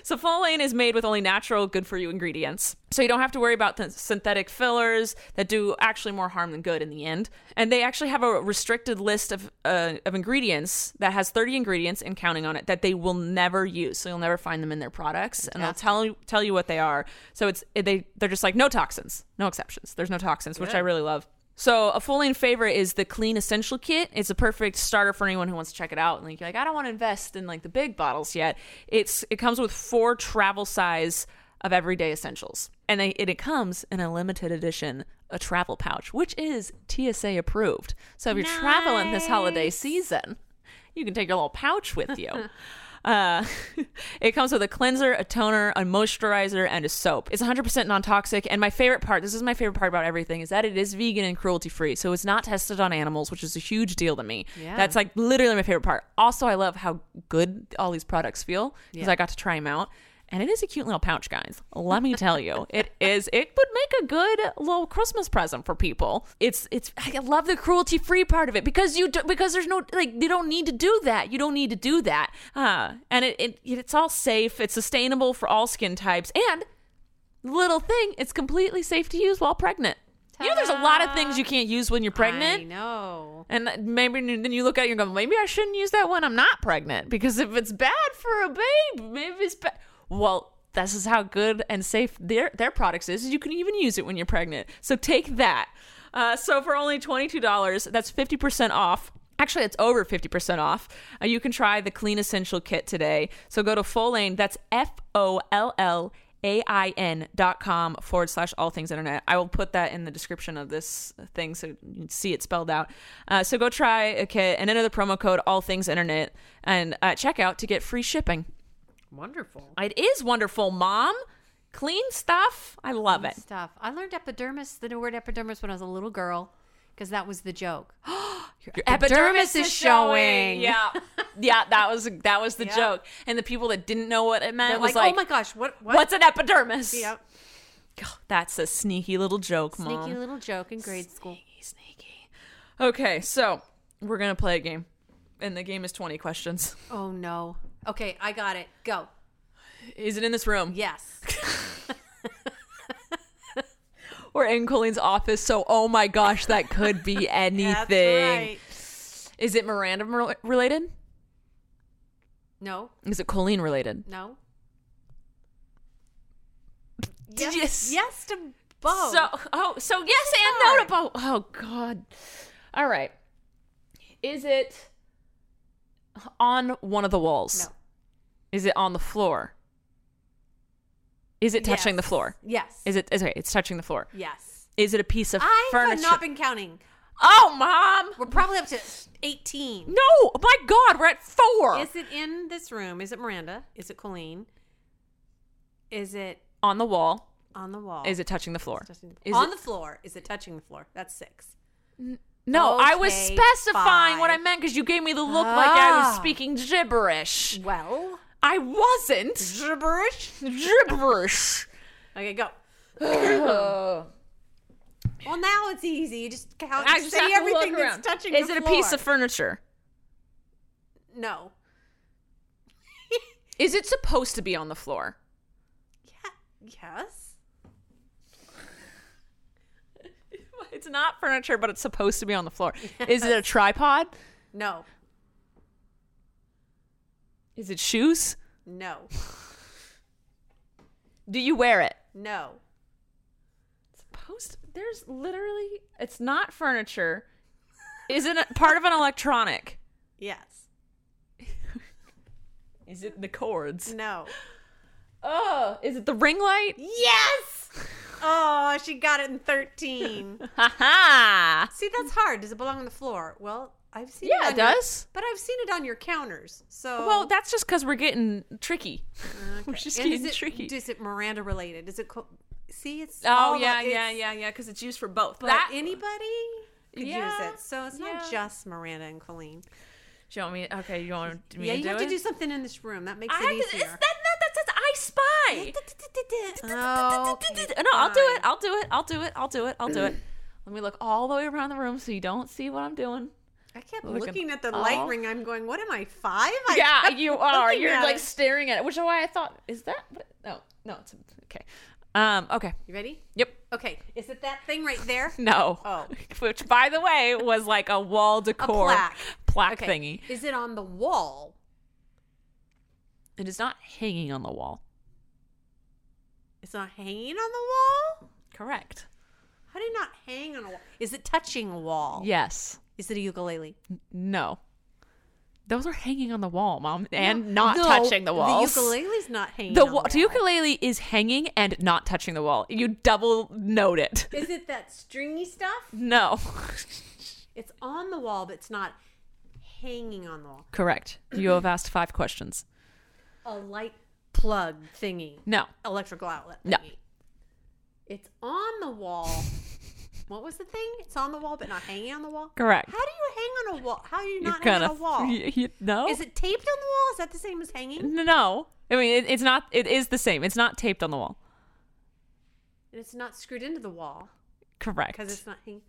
Speaker 2: So folane is made with only natural, good for you ingredients. So you don't have to worry about the synthetic fillers that do actually more harm than good in the end. And they actually have a restricted list of uh, of ingredients that has 30 ingredients and counting on it that they will never use. So you'll never find them in their products, and they'll tell you tell you what they are. So it's they they're just like no toxins, no exceptions. There's no toxins, which I really love. So a full lane favorite is the Clean Essential Kit. It's a perfect starter for anyone who wants to check it out. And like, you're like I don't want to invest in like the big bottles yet. It's it comes with four travel size of everyday essentials, and they, and it comes in a limited edition a travel pouch, which is TSA approved. So if you're traveling this holiday season, you can take your little pouch with you. Uh, it comes with a cleanser, a toner, a moisturizer, and a soap. It's 100% non toxic. And my favorite part this is my favorite part about everything is that it is vegan and cruelty free. So it's not tested on animals, which is a huge deal to me.
Speaker 3: Yeah.
Speaker 2: That's like literally my favorite part. Also, I love how good all these products feel because
Speaker 3: Yeah.
Speaker 2: I got to try them out. And it is a cute little pouch, guys. Let me tell you, it is. It would make a good little Christmas present for people. It's. It's. I love the cruelty free part of it because you. Do, because there's no like you don't need to do that. You don't need to do that. Uh, and it, it. It's all safe. It's sustainable for all skin types. And little thing, it's completely safe to use while pregnant. You know, there's a lot of things you can't use when you're pregnant.
Speaker 3: I know.
Speaker 2: And maybe then you look at it and go, maybe I shouldn't use that when I'm not pregnant because if it's bad for a babe, maybe it's bad. Well, this is how good and safe their their products is. is You can even use it when you're pregnant. So take that. Uh, so for only twenty two dollars, that's fifty percent off. Actually, it's over fifty percent off. Uh, you can try the Clean Essential Kit today. So go to Folane. That's F O L L a-i-n dot com forward slash all things internet i will put that in the description of this thing so you can see it spelled out uh, so go try a kit and enter the promo code all things internet and uh, check out to get free shipping
Speaker 3: Wonderful
Speaker 2: it is wonderful mom clean stuff i love it
Speaker 3: stuff. I learned epidermis, the word epidermis, when I was a little girl, because that was the joke.
Speaker 2: Your epidermis is showing. Yeah, yeah, that was that was the joke, and the people that didn't know what it meant
Speaker 3: They're
Speaker 2: was
Speaker 3: like,
Speaker 2: like,
Speaker 3: oh my gosh, what? what?
Speaker 2: what's an epidermis?
Speaker 3: Yep.
Speaker 2: that's a sneaky little joke, mom.
Speaker 3: Sneaky little joke in grade school.
Speaker 2: Sneaky. Okay, so we're gonna play a game, and the game is twenty questions.
Speaker 3: Oh no. Okay, I got it. Go.
Speaker 2: Is it in this room?
Speaker 3: Yes.
Speaker 2: We're in Colleen's office, so oh my gosh, that could be anything.
Speaker 3: That's right.
Speaker 2: Is it Miranda mer- related?
Speaker 3: No.
Speaker 2: Is it Colleen related?
Speaker 3: No.
Speaker 2: Did
Speaker 3: Yes.
Speaker 2: you-
Speaker 3: Yes to both.
Speaker 2: So oh, so yes and no to both. Oh God. All right. Is it on one of the walls?
Speaker 3: No.
Speaker 2: Is it on the floor? Is it touching the
Speaker 3: Yes.
Speaker 2: floor?
Speaker 3: Yes.
Speaker 2: Is it? Is okay, It's touching the floor.
Speaker 3: Yes.
Speaker 2: Is it a piece of
Speaker 3: I have
Speaker 2: furniture?
Speaker 3: not been counting.
Speaker 2: oh, mom.
Speaker 3: We're probably up to 18.
Speaker 2: No, my God, we're at four.
Speaker 3: Is it in this room? Is it Miranda? Is it Colleen? Is it
Speaker 2: on the wall.
Speaker 3: on the wall?
Speaker 2: Is it touching the floor?
Speaker 3: Touching the-
Speaker 2: Is
Speaker 3: on
Speaker 2: it-
Speaker 3: the floor? Is it touching the floor? That's six.
Speaker 2: no, I was
Speaker 3: Okay,
Speaker 2: specifying what I
Speaker 3: five.
Speaker 2: meant because you gave me the look like I was
Speaker 3: Ah.
Speaker 2: speaking gibberish.
Speaker 3: Well,
Speaker 2: I wasn't.
Speaker 3: gibberish.
Speaker 2: gibberish.
Speaker 3: Okay, go. Well, now it's easy. You just count.
Speaker 2: I
Speaker 3: just
Speaker 2: just
Speaker 3: say
Speaker 2: have to
Speaker 3: everything
Speaker 2: look
Speaker 3: that's
Speaker 2: around.
Speaker 3: touching.
Speaker 2: Is
Speaker 3: the
Speaker 2: it a piece
Speaker 3: floor.
Speaker 2: of furniture?
Speaker 3: No.
Speaker 2: Is it supposed to be on the floor?
Speaker 3: Yeah. Yes.
Speaker 2: It's not furniture, but it's supposed to be on the floor. Is it a tripod?
Speaker 3: No.
Speaker 2: Is it shoes?
Speaker 3: No.
Speaker 2: Do you wear it?
Speaker 3: No.
Speaker 2: Post there's literally it's not furniture. Is it a- part of an electronic?
Speaker 3: Yes.
Speaker 2: Is it the cords?
Speaker 3: No.
Speaker 2: Oh, is it the ring light?
Speaker 3: Yes. Oh, she got it in thirteen.
Speaker 2: Ha ha.
Speaker 3: See, that's hard. Does it belong on the floor? Well, I've seen.
Speaker 2: Yeah, it
Speaker 3: it on your-
Speaker 2: does.
Speaker 3: but I've seen it on your counters. So
Speaker 2: Well, that's just cuz we're getting tricky. We're just
Speaker 3: And is
Speaker 2: getting
Speaker 3: it-
Speaker 2: tricky.
Speaker 3: Is it Miranda related? Is it? Co- See, it's.
Speaker 2: oh
Speaker 3: all-
Speaker 2: yeah,
Speaker 3: it's-
Speaker 2: yeah, yeah, yeah, cuz it's used for both.
Speaker 3: But
Speaker 2: that any
Speaker 3: anybody could
Speaker 2: Yeah,
Speaker 3: use it, so it's
Speaker 2: yeah.
Speaker 3: not just Miranda and Colleen.
Speaker 2: Do you want me Okay, you want me
Speaker 3: yeah,
Speaker 2: to
Speaker 3: you
Speaker 2: do
Speaker 3: have
Speaker 2: it?
Speaker 3: to do something in this room that makes
Speaker 2: I have
Speaker 3: it
Speaker 2: to, it's
Speaker 3: easier.
Speaker 2: that, that, that's, that's I spy.
Speaker 3: Oh, okay,
Speaker 2: no, I'll do it.
Speaker 3: fine.
Speaker 2: I'll do it. I'll do it. I'll do it. I'll do it. Let me look all the way around the room so you don't see what I'm doing.
Speaker 3: I kept
Speaker 2: Looking
Speaker 3: looking at the
Speaker 2: all-
Speaker 3: light ring. I'm going, what am I five? I
Speaker 2: yeah,
Speaker 3: kept
Speaker 2: you are.
Speaker 3: looking
Speaker 2: You're
Speaker 3: at
Speaker 2: like
Speaker 3: it.
Speaker 2: staring at it, which is why I thought, is that? What? No, no, it's okay. Um, okay.
Speaker 3: you ready?
Speaker 2: Yep.
Speaker 3: Okay, is it that thing right there?
Speaker 2: No.
Speaker 3: Oh.
Speaker 2: Which, by the way, was like a wall decor
Speaker 3: plaque.
Speaker 2: plaque
Speaker 3: Okay,
Speaker 2: thingy.
Speaker 3: Is it on the wall?
Speaker 2: It is not hanging on the wall.
Speaker 3: It's not hanging on the wall.
Speaker 2: Correct.
Speaker 3: How do you not hang on a wall? Is it touching a wall?
Speaker 2: Yes.
Speaker 3: Is it a ukulele?
Speaker 2: No. Those are hanging on the wall, mom, and not
Speaker 3: No,
Speaker 2: touching the walls.
Speaker 3: The ukulele's not hanging.
Speaker 2: The,
Speaker 3: on
Speaker 2: wa- the ukulele is hanging and not touching the wall. You double note it.
Speaker 3: Is it that stringy stuff?
Speaker 2: No.
Speaker 3: It's on the wall, but it's not hanging on the wall.
Speaker 2: Correct. You have asked five questions.
Speaker 3: A light plug thingy,
Speaker 2: No.
Speaker 3: electrical outlet thingy.
Speaker 2: No.
Speaker 3: It's on the wall. what was the thing? It's on the wall, but not hanging on the wall.
Speaker 2: Correct.
Speaker 3: How do you hang on a wall? How do you
Speaker 2: You're
Speaker 3: not hang on a
Speaker 2: gonna-
Speaker 3: wall?
Speaker 2: You, you- no.
Speaker 3: Is it taped on the wall? Is that the same as hanging?
Speaker 2: No. I mean, it, it's not. It is the same. It's not taped on the wall.
Speaker 3: And it's not screwed into the wall
Speaker 2: Correct.
Speaker 3: because it's not hanging.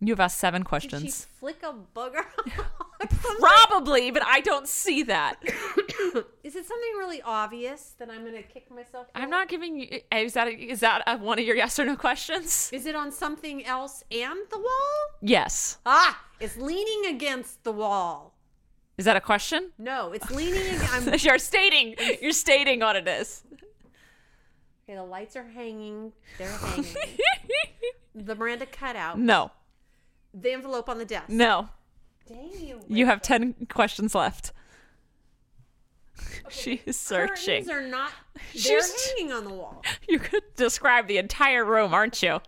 Speaker 2: You have asked seven
Speaker 3: Did she
Speaker 2: questions.
Speaker 3: flick a booger?
Speaker 2: Probably, but I don't see that.
Speaker 3: Is it something really obvious that I'm gonna kick myself?
Speaker 2: I'm
Speaker 3: for?
Speaker 2: not giving you. eh, Is that is that uh one of your yes or no questions?
Speaker 3: Is it on something else and the wall?
Speaker 2: Yes.
Speaker 3: Ah, it's leaning against the wall.
Speaker 2: Is that a question?
Speaker 3: No, it's leaning. Ag- I'm okay.
Speaker 2: You're stating. You're stating what it is.
Speaker 3: The lights are hanging. They're hanging. the Miranda cutout.
Speaker 2: no.
Speaker 3: The envelope on the desk.
Speaker 2: No.
Speaker 3: Dang you!
Speaker 2: You have
Speaker 3: Rachel.
Speaker 2: ten questions left. She is searching.
Speaker 3: Curtains are not. They're
Speaker 2: She's-
Speaker 3: hanging on the wall.
Speaker 2: You could describe the entire room, aren't you?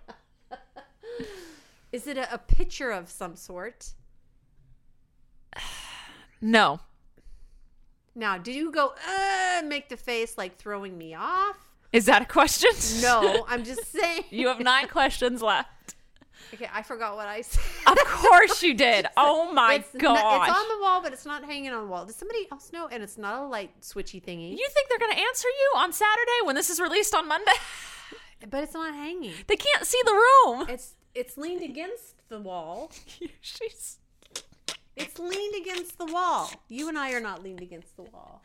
Speaker 3: Is it a, a picture of some sort?
Speaker 2: No.
Speaker 3: Now, did you go uh, make the face like throwing me off?
Speaker 2: Is that a question?
Speaker 3: No, I'm just saying.
Speaker 2: You have nine questions left.
Speaker 3: Okay, I forgot what I said.
Speaker 2: Of course you did. Oh my
Speaker 3: it's not-
Speaker 2: gosh.
Speaker 3: it's on the wall, but it's not hanging on the wall. Does somebody else know? And it's not a light switchy thingy.
Speaker 2: you think they're going to answer you on Saturday when this is released on Monday?
Speaker 3: but it's not hanging.
Speaker 2: They can't see the room.
Speaker 3: It's it's leaned against the wall.
Speaker 2: She's
Speaker 3: It's leaned against the wall. You and I are not leaned against the wall.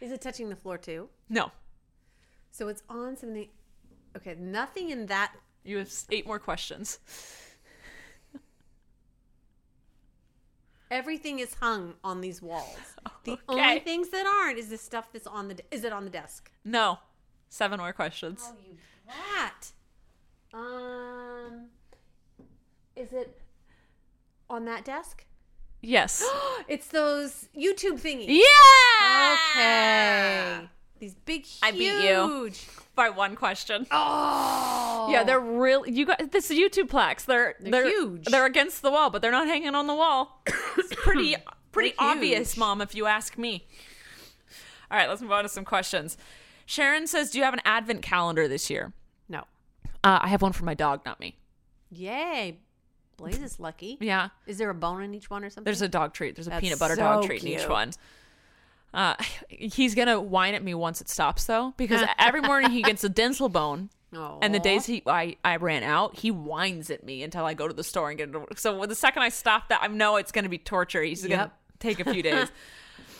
Speaker 3: Is it touching the floor too?
Speaker 2: No.
Speaker 3: So it's on something. Okay, nothing in that.
Speaker 2: You have s- eight more questions.
Speaker 3: Everything is hung on these walls. The only
Speaker 2: Okay.
Speaker 3: things that aren't is the stuff that's on the. Is it on the desk?
Speaker 2: No. Seven more questions.
Speaker 3: you rat. Um, is it on that desk?
Speaker 2: Yes.
Speaker 3: It's those YouTube thingies.
Speaker 2: yeah.
Speaker 3: Okay. These big, huge.
Speaker 2: I beat you. By one question.
Speaker 3: Oh.
Speaker 2: Yeah, they're real. You got this YouTube plaques. They're
Speaker 3: They're
Speaker 2: they're,
Speaker 3: huge.
Speaker 2: They're against the wall, but they're not hanging on the wall. It's pretty pretty
Speaker 3: They're
Speaker 2: obvious,
Speaker 3: huge.
Speaker 2: mom, if you ask me. All right, let's move on to some questions. Sharon says, "Do you have an advent calendar this year?"
Speaker 3: No.
Speaker 2: Uh, I have one for my dog, not me.
Speaker 3: Yay. Blaze is lucky.
Speaker 2: Yeah,
Speaker 3: Is there a bone in each one or something?
Speaker 2: There's a dog treat. There's a
Speaker 3: That's
Speaker 2: peanut butter
Speaker 3: so
Speaker 2: dog treat in each
Speaker 3: cute.
Speaker 2: one. Uh, he's gonna whine at me once it stops though, because every morning he gets a dental bone,
Speaker 3: Oh.
Speaker 2: and the days he I, I ran out, he whines at me until I go to the store and get it. So when the second I stop that, I know it's gonna be torture. He's gonna
Speaker 3: Yep.
Speaker 2: take a few days.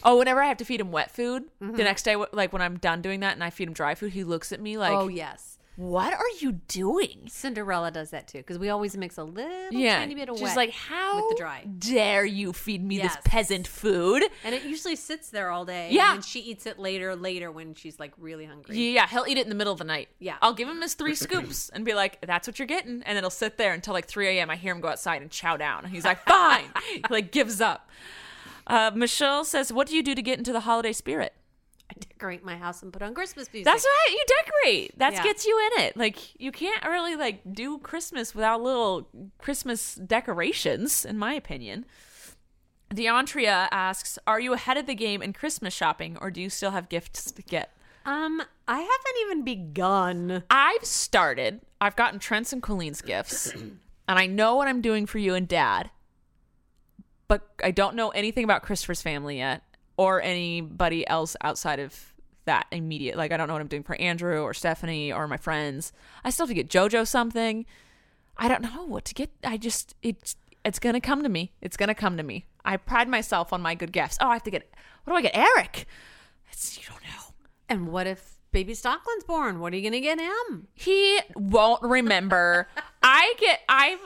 Speaker 2: oh, whenever I have to feed him wet food,
Speaker 3: Mm-hmm.
Speaker 2: the next day, like when I'm done doing that and I feed him dry food, he looks at me like,
Speaker 3: oh yes.
Speaker 2: "What are you doing?"
Speaker 3: Cinderella does that too because we always mix a little tiny bit of
Speaker 2: just
Speaker 3: wet
Speaker 2: like how
Speaker 3: with the dry,
Speaker 2: dare you feed me
Speaker 3: Yes.
Speaker 2: this peasant food?
Speaker 3: and it usually sits there all day.
Speaker 2: Yeah.
Speaker 3: and then she eats it later, later when she's like really hungry.
Speaker 2: Yeah, he'll eat it in the middle of the night.
Speaker 3: Yeah.
Speaker 2: I'll give him his three scoops and be like, that's what you're getting. And it'll sit there until like 3 a.m. I hear him go outside and chow down. He's like, fine. he like gives up. Uh, Michelle says, what do you do to get into the holiday spirit?
Speaker 3: I decorate my house and put on Christmas music.
Speaker 2: That's right. You decorate. That
Speaker 3: Yeah.
Speaker 2: gets you in it. Like you can't really like do Christmas without little Christmas decorations, in my opinion. Deontria asks, are you ahead of the game in Christmas shopping or do you still have gifts to get?
Speaker 3: um, I haven't even begun.
Speaker 2: I've started. I've gotten Trent's and Colleen's gifts, and I know what I'm doing for you and Dad. But I don't know anything about Christopher's family yet, or anybody else outside of that immediate. Like I don't know what I'm doing for Andrew or Stephanie or my friends. I still have to get JoJo something. I don't know what to get. I just it's it's gonna come to me. It's gonna come to me. I pride myself on my good gifts. Oh, I have to get. What do I get, Eric? It's, you don't know.
Speaker 3: And what if baby Stockland's born? What are you gonna get him?
Speaker 2: He won't remember. I get I'm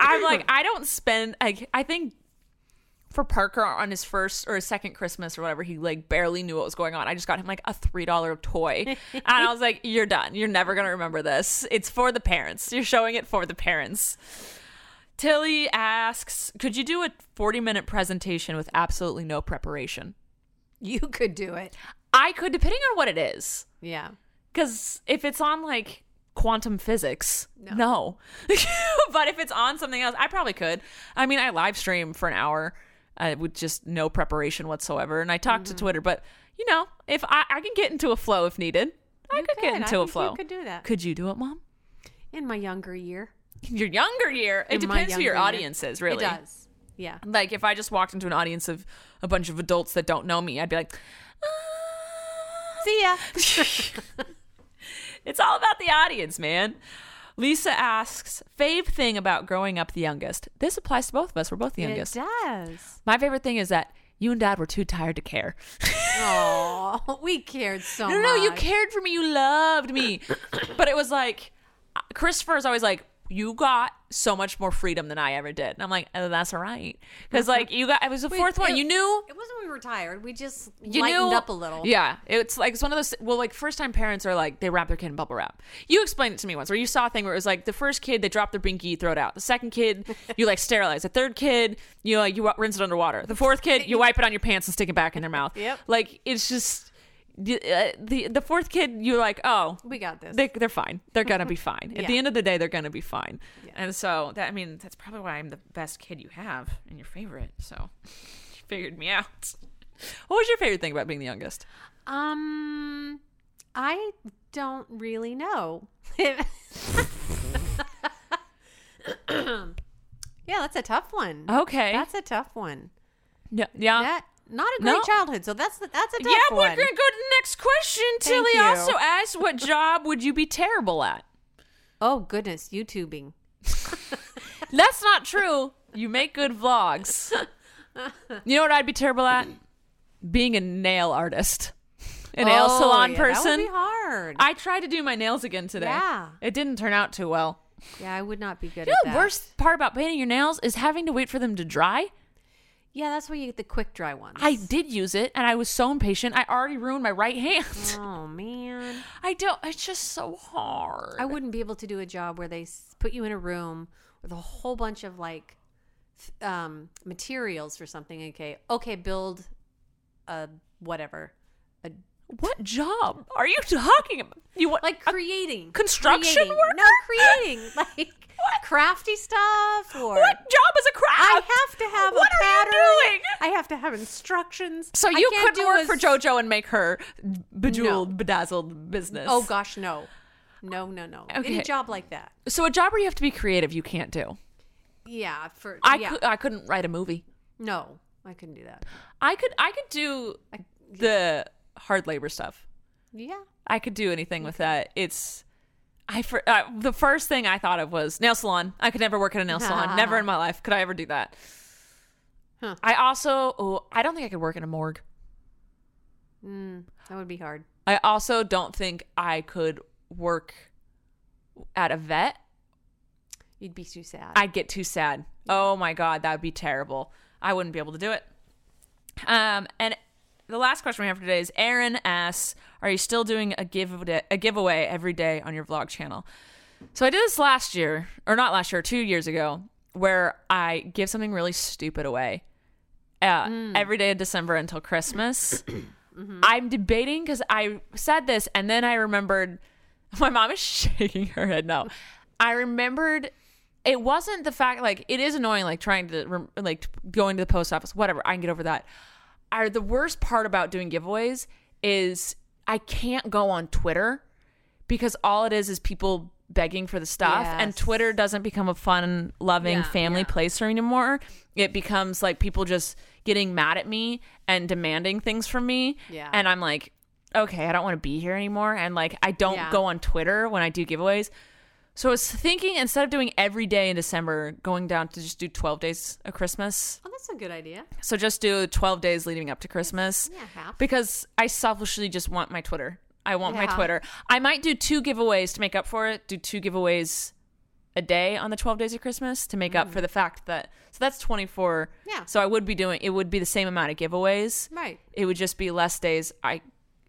Speaker 2: I'm like I don't spend like I think for Parker on his first or his second Christmas or whatever, he like barely knew what was going on. I just got him like a three dollar toy. and I was like, You're done. You're never gonna remember this. It's for the parents. You're showing it for the parents. Tilly asks, Could you do a forty minute presentation with absolutely no preparation?
Speaker 3: You could do it.
Speaker 2: I could, depending on what it is.
Speaker 3: Yeah.
Speaker 2: Because if it's on like quantum physics, no. but if it's on something else, I probably could. I mean, I live stream for an hour uh, with just no preparation whatsoever. And I talk to
Speaker 3: Mm-hmm.
Speaker 2: Twitter, but you know, if I, I can get into a flow if needed, I
Speaker 3: You
Speaker 2: could,
Speaker 3: could.
Speaker 2: get
Speaker 3: I
Speaker 2: into a
Speaker 3: think you
Speaker 2: flow.
Speaker 3: could do that.
Speaker 2: Could you do it, Mom?
Speaker 3: In my younger year,
Speaker 2: In your younger year, it
Speaker 3: In my
Speaker 2: depends who your
Speaker 3: younger year.
Speaker 2: audience is, really.
Speaker 3: it does. Yeah.
Speaker 2: Like if I just walked into an audience of a bunch of adults that don't know me, I'd be like,
Speaker 3: See ya.
Speaker 2: it's all about the audience, man. Lisa asks, fave thing about growing up the youngest. This applies to both of us. We're both the youngest.
Speaker 3: It does.
Speaker 2: My favorite thing is that you and dad were too tired to care.
Speaker 3: Oh, we cared so
Speaker 2: No,
Speaker 3: much.
Speaker 2: no, you cared for me. You loved me. but it was like, uh, Christopher is always like, you got so much more freedom than I ever did. And I'm like, oh, that's all right. Because, like, you got, I was the
Speaker 3: We-
Speaker 2: fourth one.
Speaker 3: it-
Speaker 2: You knew.
Speaker 3: It wasn't we were tired. We just
Speaker 2: You
Speaker 3: lightened
Speaker 2: knew,
Speaker 3: up a little.
Speaker 2: Yeah. It's like, it's one of those, well, like, first time parents are like, they wrap their kid in bubble wrap. You explained it to me once where you saw a thing where it was like, the first kid, they drop their binky, throw it out. The second kid, you like sterilize. The third kid, you like, you wa- rinse it underwater. The fourth kid, you wipe it on your pants and stick it back in their mouth.
Speaker 3: Yep.
Speaker 2: Like, it's just, the, uh, the, the fourth kid, you're like, oh,
Speaker 3: We got this.
Speaker 2: they, they're fine. They're gonna be fine. At the
Speaker 3: Yeah.
Speaker 2: end of the day, they're gonna be fine. And so that I mean, that's probably why I'm the best kid you have and your favorite. So you figured me out. What was your favorite thing about being the youngest?
Speaker 3: Um, I don't really know. yeah, that's a tough one.
Speaker 2: Okay.
Speaker 3: That's a tough one.
Speaker 2: yeah. Yeah.
Speaker 3: That not a great
Speaker 2: No.
Speaker 3: childhood. So that's the, that's a tough
Speaker 2: Yeah, we're
Speaker 3: one.
Speaker 2: gonna go to the next question.
Speaker 3: Thank
Speaker 2: Tilly
Speaker 3: you.
Speaker 2: also asked, "What job would you be terrible at?"
Speaker 3: oh goodness, YouTubing.
Speaker 2: That's not true. You make good vlogs. You know what I'd be terrible at? Being a nail artist, a nail
Speaker 3: Oh,
Speaker 2: salon
Speaker 3: yeah,
Speaker 2: person.
Speaker 3: That would be hard.
Speaker 2: I tried to do my nails again today.
Speaker 3: Yeah.
Speaker 2: It didn't turn out too well.
Speaker 3: yeah, I would not be good
Speaker 2: You know
Speaker 3: at
Speaker 2: the
Speaker 3: that.
Speaker 2: worst part about painting your nails is having to wait for them to dry?
Speaker 3: Yeah, that's where you get the quick dry ones.
Speaker 2: I did use it and I was so impatient. I already ruined my right hand.
Speaker 3: Oh man.
Speaker 2: I don't it's just so hard.
Speaker 3: I wouldn't be able to do a job where they s- put you in a room with a whole bunch of like f- um, materials for something. Okay, okay, build a whatever, a,
Speaker 2: What job are you talking about? You what
Speaker 3: like
Speaker 2: a-
Speaker 3: creating
Speaker 2: construction
Speaker 3: creating. No,
Speaker 2: worker?
Speaker 3: creating like crafty stuff or.
Speaker 2: what job is a craft?
Speaker 3: I have to have
Speaker 2: What
Speaker 3: a
Speaker 2: are you
Speaker 3: pattern.
Speaker 2: doing?
Speaker 3: I have to have instructions.
Speaker 2: So
Speaker 3: I
Speaker 2: you
Speaker 3: can't
Speaker 2: couldn't
Speaker 3: do
Speaker 2: work
Speaker 3: a
Speaker 2: for
Speaker 3: s-
Speaker 2: JoJo and make her bejeweled, bedazzled business.
Speaker 3: Oh gosh, no, no, no, no. Any
Speaker 2: Okay.
Speaker 3: job like that?
Speaker 2: So a job where you have to be creative, you can't do.
Speaker 3: Yeah, for
Speaker 2: I
Speaker 3: yeah.
Speaker 2: cou- I couldn't write a movie.
Speaker 3: no, I couldn't do that.
Speaker 2: I could I could do
Speaker 3: I-
Speaker 2: the hard labor stuff.
Speaker 3: Yeah.
Speaker 2: I could do anything with that. It's I for, uh, the first thing I thought of was nail salon. I could never work at a nail salon. never in my life could I ever do that.
Speaker 3: Huh.
Speaker 2: I also oh, I don't think I could work in a morgue.
Speaker 3: Mm, that would be hard.
Speaker 2: I also don't think I could work at a vet.
Speaker 3: You'd be too sad.
Speaker 2: I'd get too sad. Oh my god, that would be terrible. I wouldn't be able to do it. Um, and the last question we have for today is Aaron asks, "Are you still doing a give a giveaway every day on your vlog channel?" So I did this last year, or not last year, two years ago, where I give something really stupid away uh, every day of December until Christmas.
Speaker 3: Mm-hmm.
Speaker 2: I'm debating because I said this and then I remembered my mom is shaking her head now. I remembered it wasn't the fact like it is annoying like trying to rem- like going to the post office whatever I can get over that. Are the worst part about doing giveaways is I can't go on Twitter because all it is is people begging for the stuff and
Speaker 3: Yes.
Speaker 2: Twitter doesn't become a fun loving
Speaker 3: Yeah,
Speaker 2: family place anymore. It becomes like people just getting mad at me and demanding things from me
Speaker 3: Yeah.
Speaker 2: and I'm like, okay, I don't want to be here anymore. And like, I don't
Speaker 3: Yeah.
Speaker 2: go on Twitter when I do giveaways. So I was thinking instead of doing every day in December, going down to just do 12 days of Christmas.
Speaker 3: oh, that's a good idea.
Speaker 2: So just do 12 days leading up to Christmas.
Speaker 3: Yeah, half.
Speaker 2: Because I selfishly just want my Twitter. I want my
Speaker 3: Yeah.
Speaker 2: Twitter. I might do two giveaways to make up for it, do two giveaways a day on the 12 days of Christmas to make up for the fact that. So that's 24.
Speaker 3: Mm-hmm. Yeah.
Speaker 2: So I would be doing, it would be the same amount of giveaways
Speaker 3: Right.
Speaker 2: it would just be less days i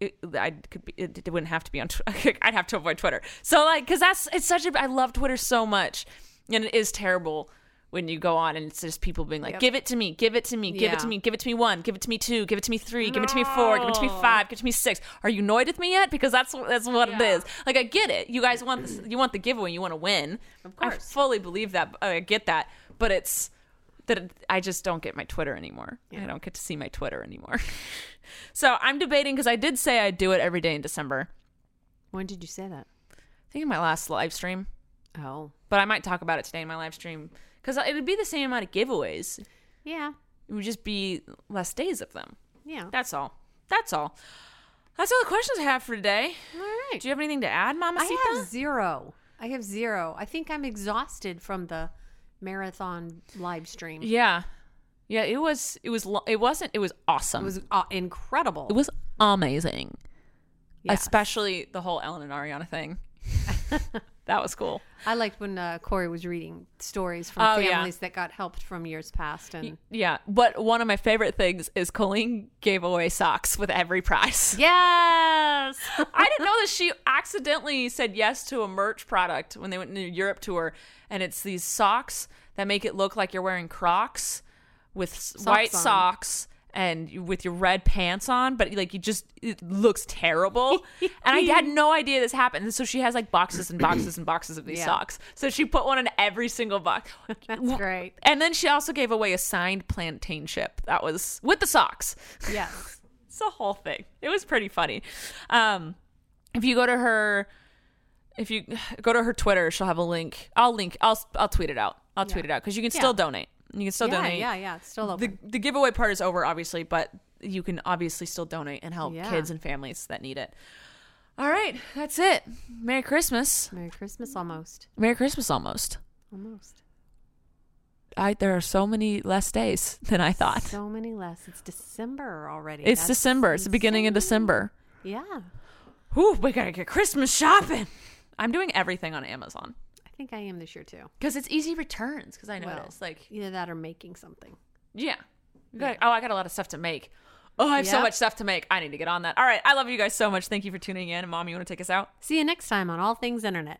Speaker 2: it, I could be, it, it wouldn't have to be on Twitter. I'd have to avoid Twitter. So like, cause that's, it's such a, I love Twitter so much and it is terrible when you go on and it's just people being like, give it to me, give it to me, give it to
Speaker 3: Yeah.
Speaker 2: me, give it to me one, give it to me two, give it to me three, give it to me four, give it to me
Speaker 3: No.
Speaker 2: five, give it to me six. Are you annoyed with me yet? Because that's, that's what it
Speaker 3: Yeah.
Speaker 2: is. Like, I get it. You guys want this, you want the giveaway, you want to win. Of I
Speaker 3: course.
Speaker 2: fully believe that. I get that, but it's, that it- I just don't get my Twitter anymore. I don't get to see my Twitter anymore. so I'm debating because I did say I'd do it every day in December.
Speaker 3: When did you say that?
Speaker 2: I think in my last live stream,
Speaker 3: Oh.
Speaker 2: but I might talk about it today in my live stream because it would be the same amount of giveaways.
Speaker 3: Yeah.
Speaker 2: It would just be less days of them.
Speaker 3: Yeah.
Speaker 2: That's all. That's all. That's all the questions I have for today.
Speaker 3: All right.
Speaker 2: Do you have anything to add, Mama
Speaker 3: I have zero. I have zero. I think I'm exhausted from the marathon live stream.
Speaker 2: Yeah. Yeah, it was it was lo- it wasn't it was awesome.
Speaker 3: It was uh, incredible.
Speaker 2: it was amazing.
Speaker 3: Yes.
Speaker 2: Especially the whole Ellen and Ariana thing. that was cool.
Speaker 3: I liked when uh, Corey was reading stories from
Speaker 2: Oh, yeah.
Speaker 3: families that got helped from years past, and
Speaker 2: Yeah, but one of my favorite things is Colleen gave away socks with every prize.
Speaker 3: yes,
Speaker 2: I didn't know that she accidentally said yes to a merch product when they went into Europe tour, and it's these socks that make it look like you're wearing Crocs with s white
Speaker 3: on.
Speaker 2: socks and you- with your red pants on, but like you just it looks terrible. and I had no idea this happened. And so she has like boxes and boxes and boxes of these
Speaker 3: Yeah.
Speaker 2: socks. So she put one in every single box.
Speaker 3: that's great.
Speaker 2: And then she also gave away a signed plantain chip that was with the socks.
Speaker 3: Yes,
Speaker 2: It's a whole thing. It was pretty funny. Um, if you go to her, if you go to her Twitter, she'll have a link. I'll link. I'll I'll tweet it out. I'll tweet it out because you can still donate. You can still
Speaker 3: yeah,
Speaker 2: donate.
Speaker 3: yeah, yeah. It's still
Speaker 2: The
Speaker 3: open.
Speaker 2: the giveaway part is over, obviously, but you can obviously still donate and help
Speaker 3: Yeah.
Speaker 2: kids and families that need it. All right, that's it. Merry Christmas.
Speaker 3: Merry Christmas, almost,
Speaker 2: Merry Christmas almost.
Speaker 3: almost.
Speaker 2: I there are so many less days than I thought.
Speaker 3: So many less. It's December already.
Speaker 2: It's
Speaker 3: That's
Speaker 2: December. It's the beginning of
Speaker 3: insane.
Speaker 2: December.
Speaker 3: Yeah,
Speaker 2: Whew, we gotta get Christmas shopping. I'm doing everything on Amazon
Speaker 3: I think I am this year too.
Speaker 2: because it's easy returns. Because I
Speaker 3: Well,
Speaker 2: noticed, like,
Speaker 3: Either that or making something.
Speaker 2: yeah, You gotta- oh, I got a lot of stuff to make. Oh, I have so
Speaker 3: Yep.
Speaker 2: much stuff to make. I need to get on that. All right, I love you guys so much. Thank you for tuning in. And Mom, you want to take us out?
Speaker 3: See you next time on All Things Internet.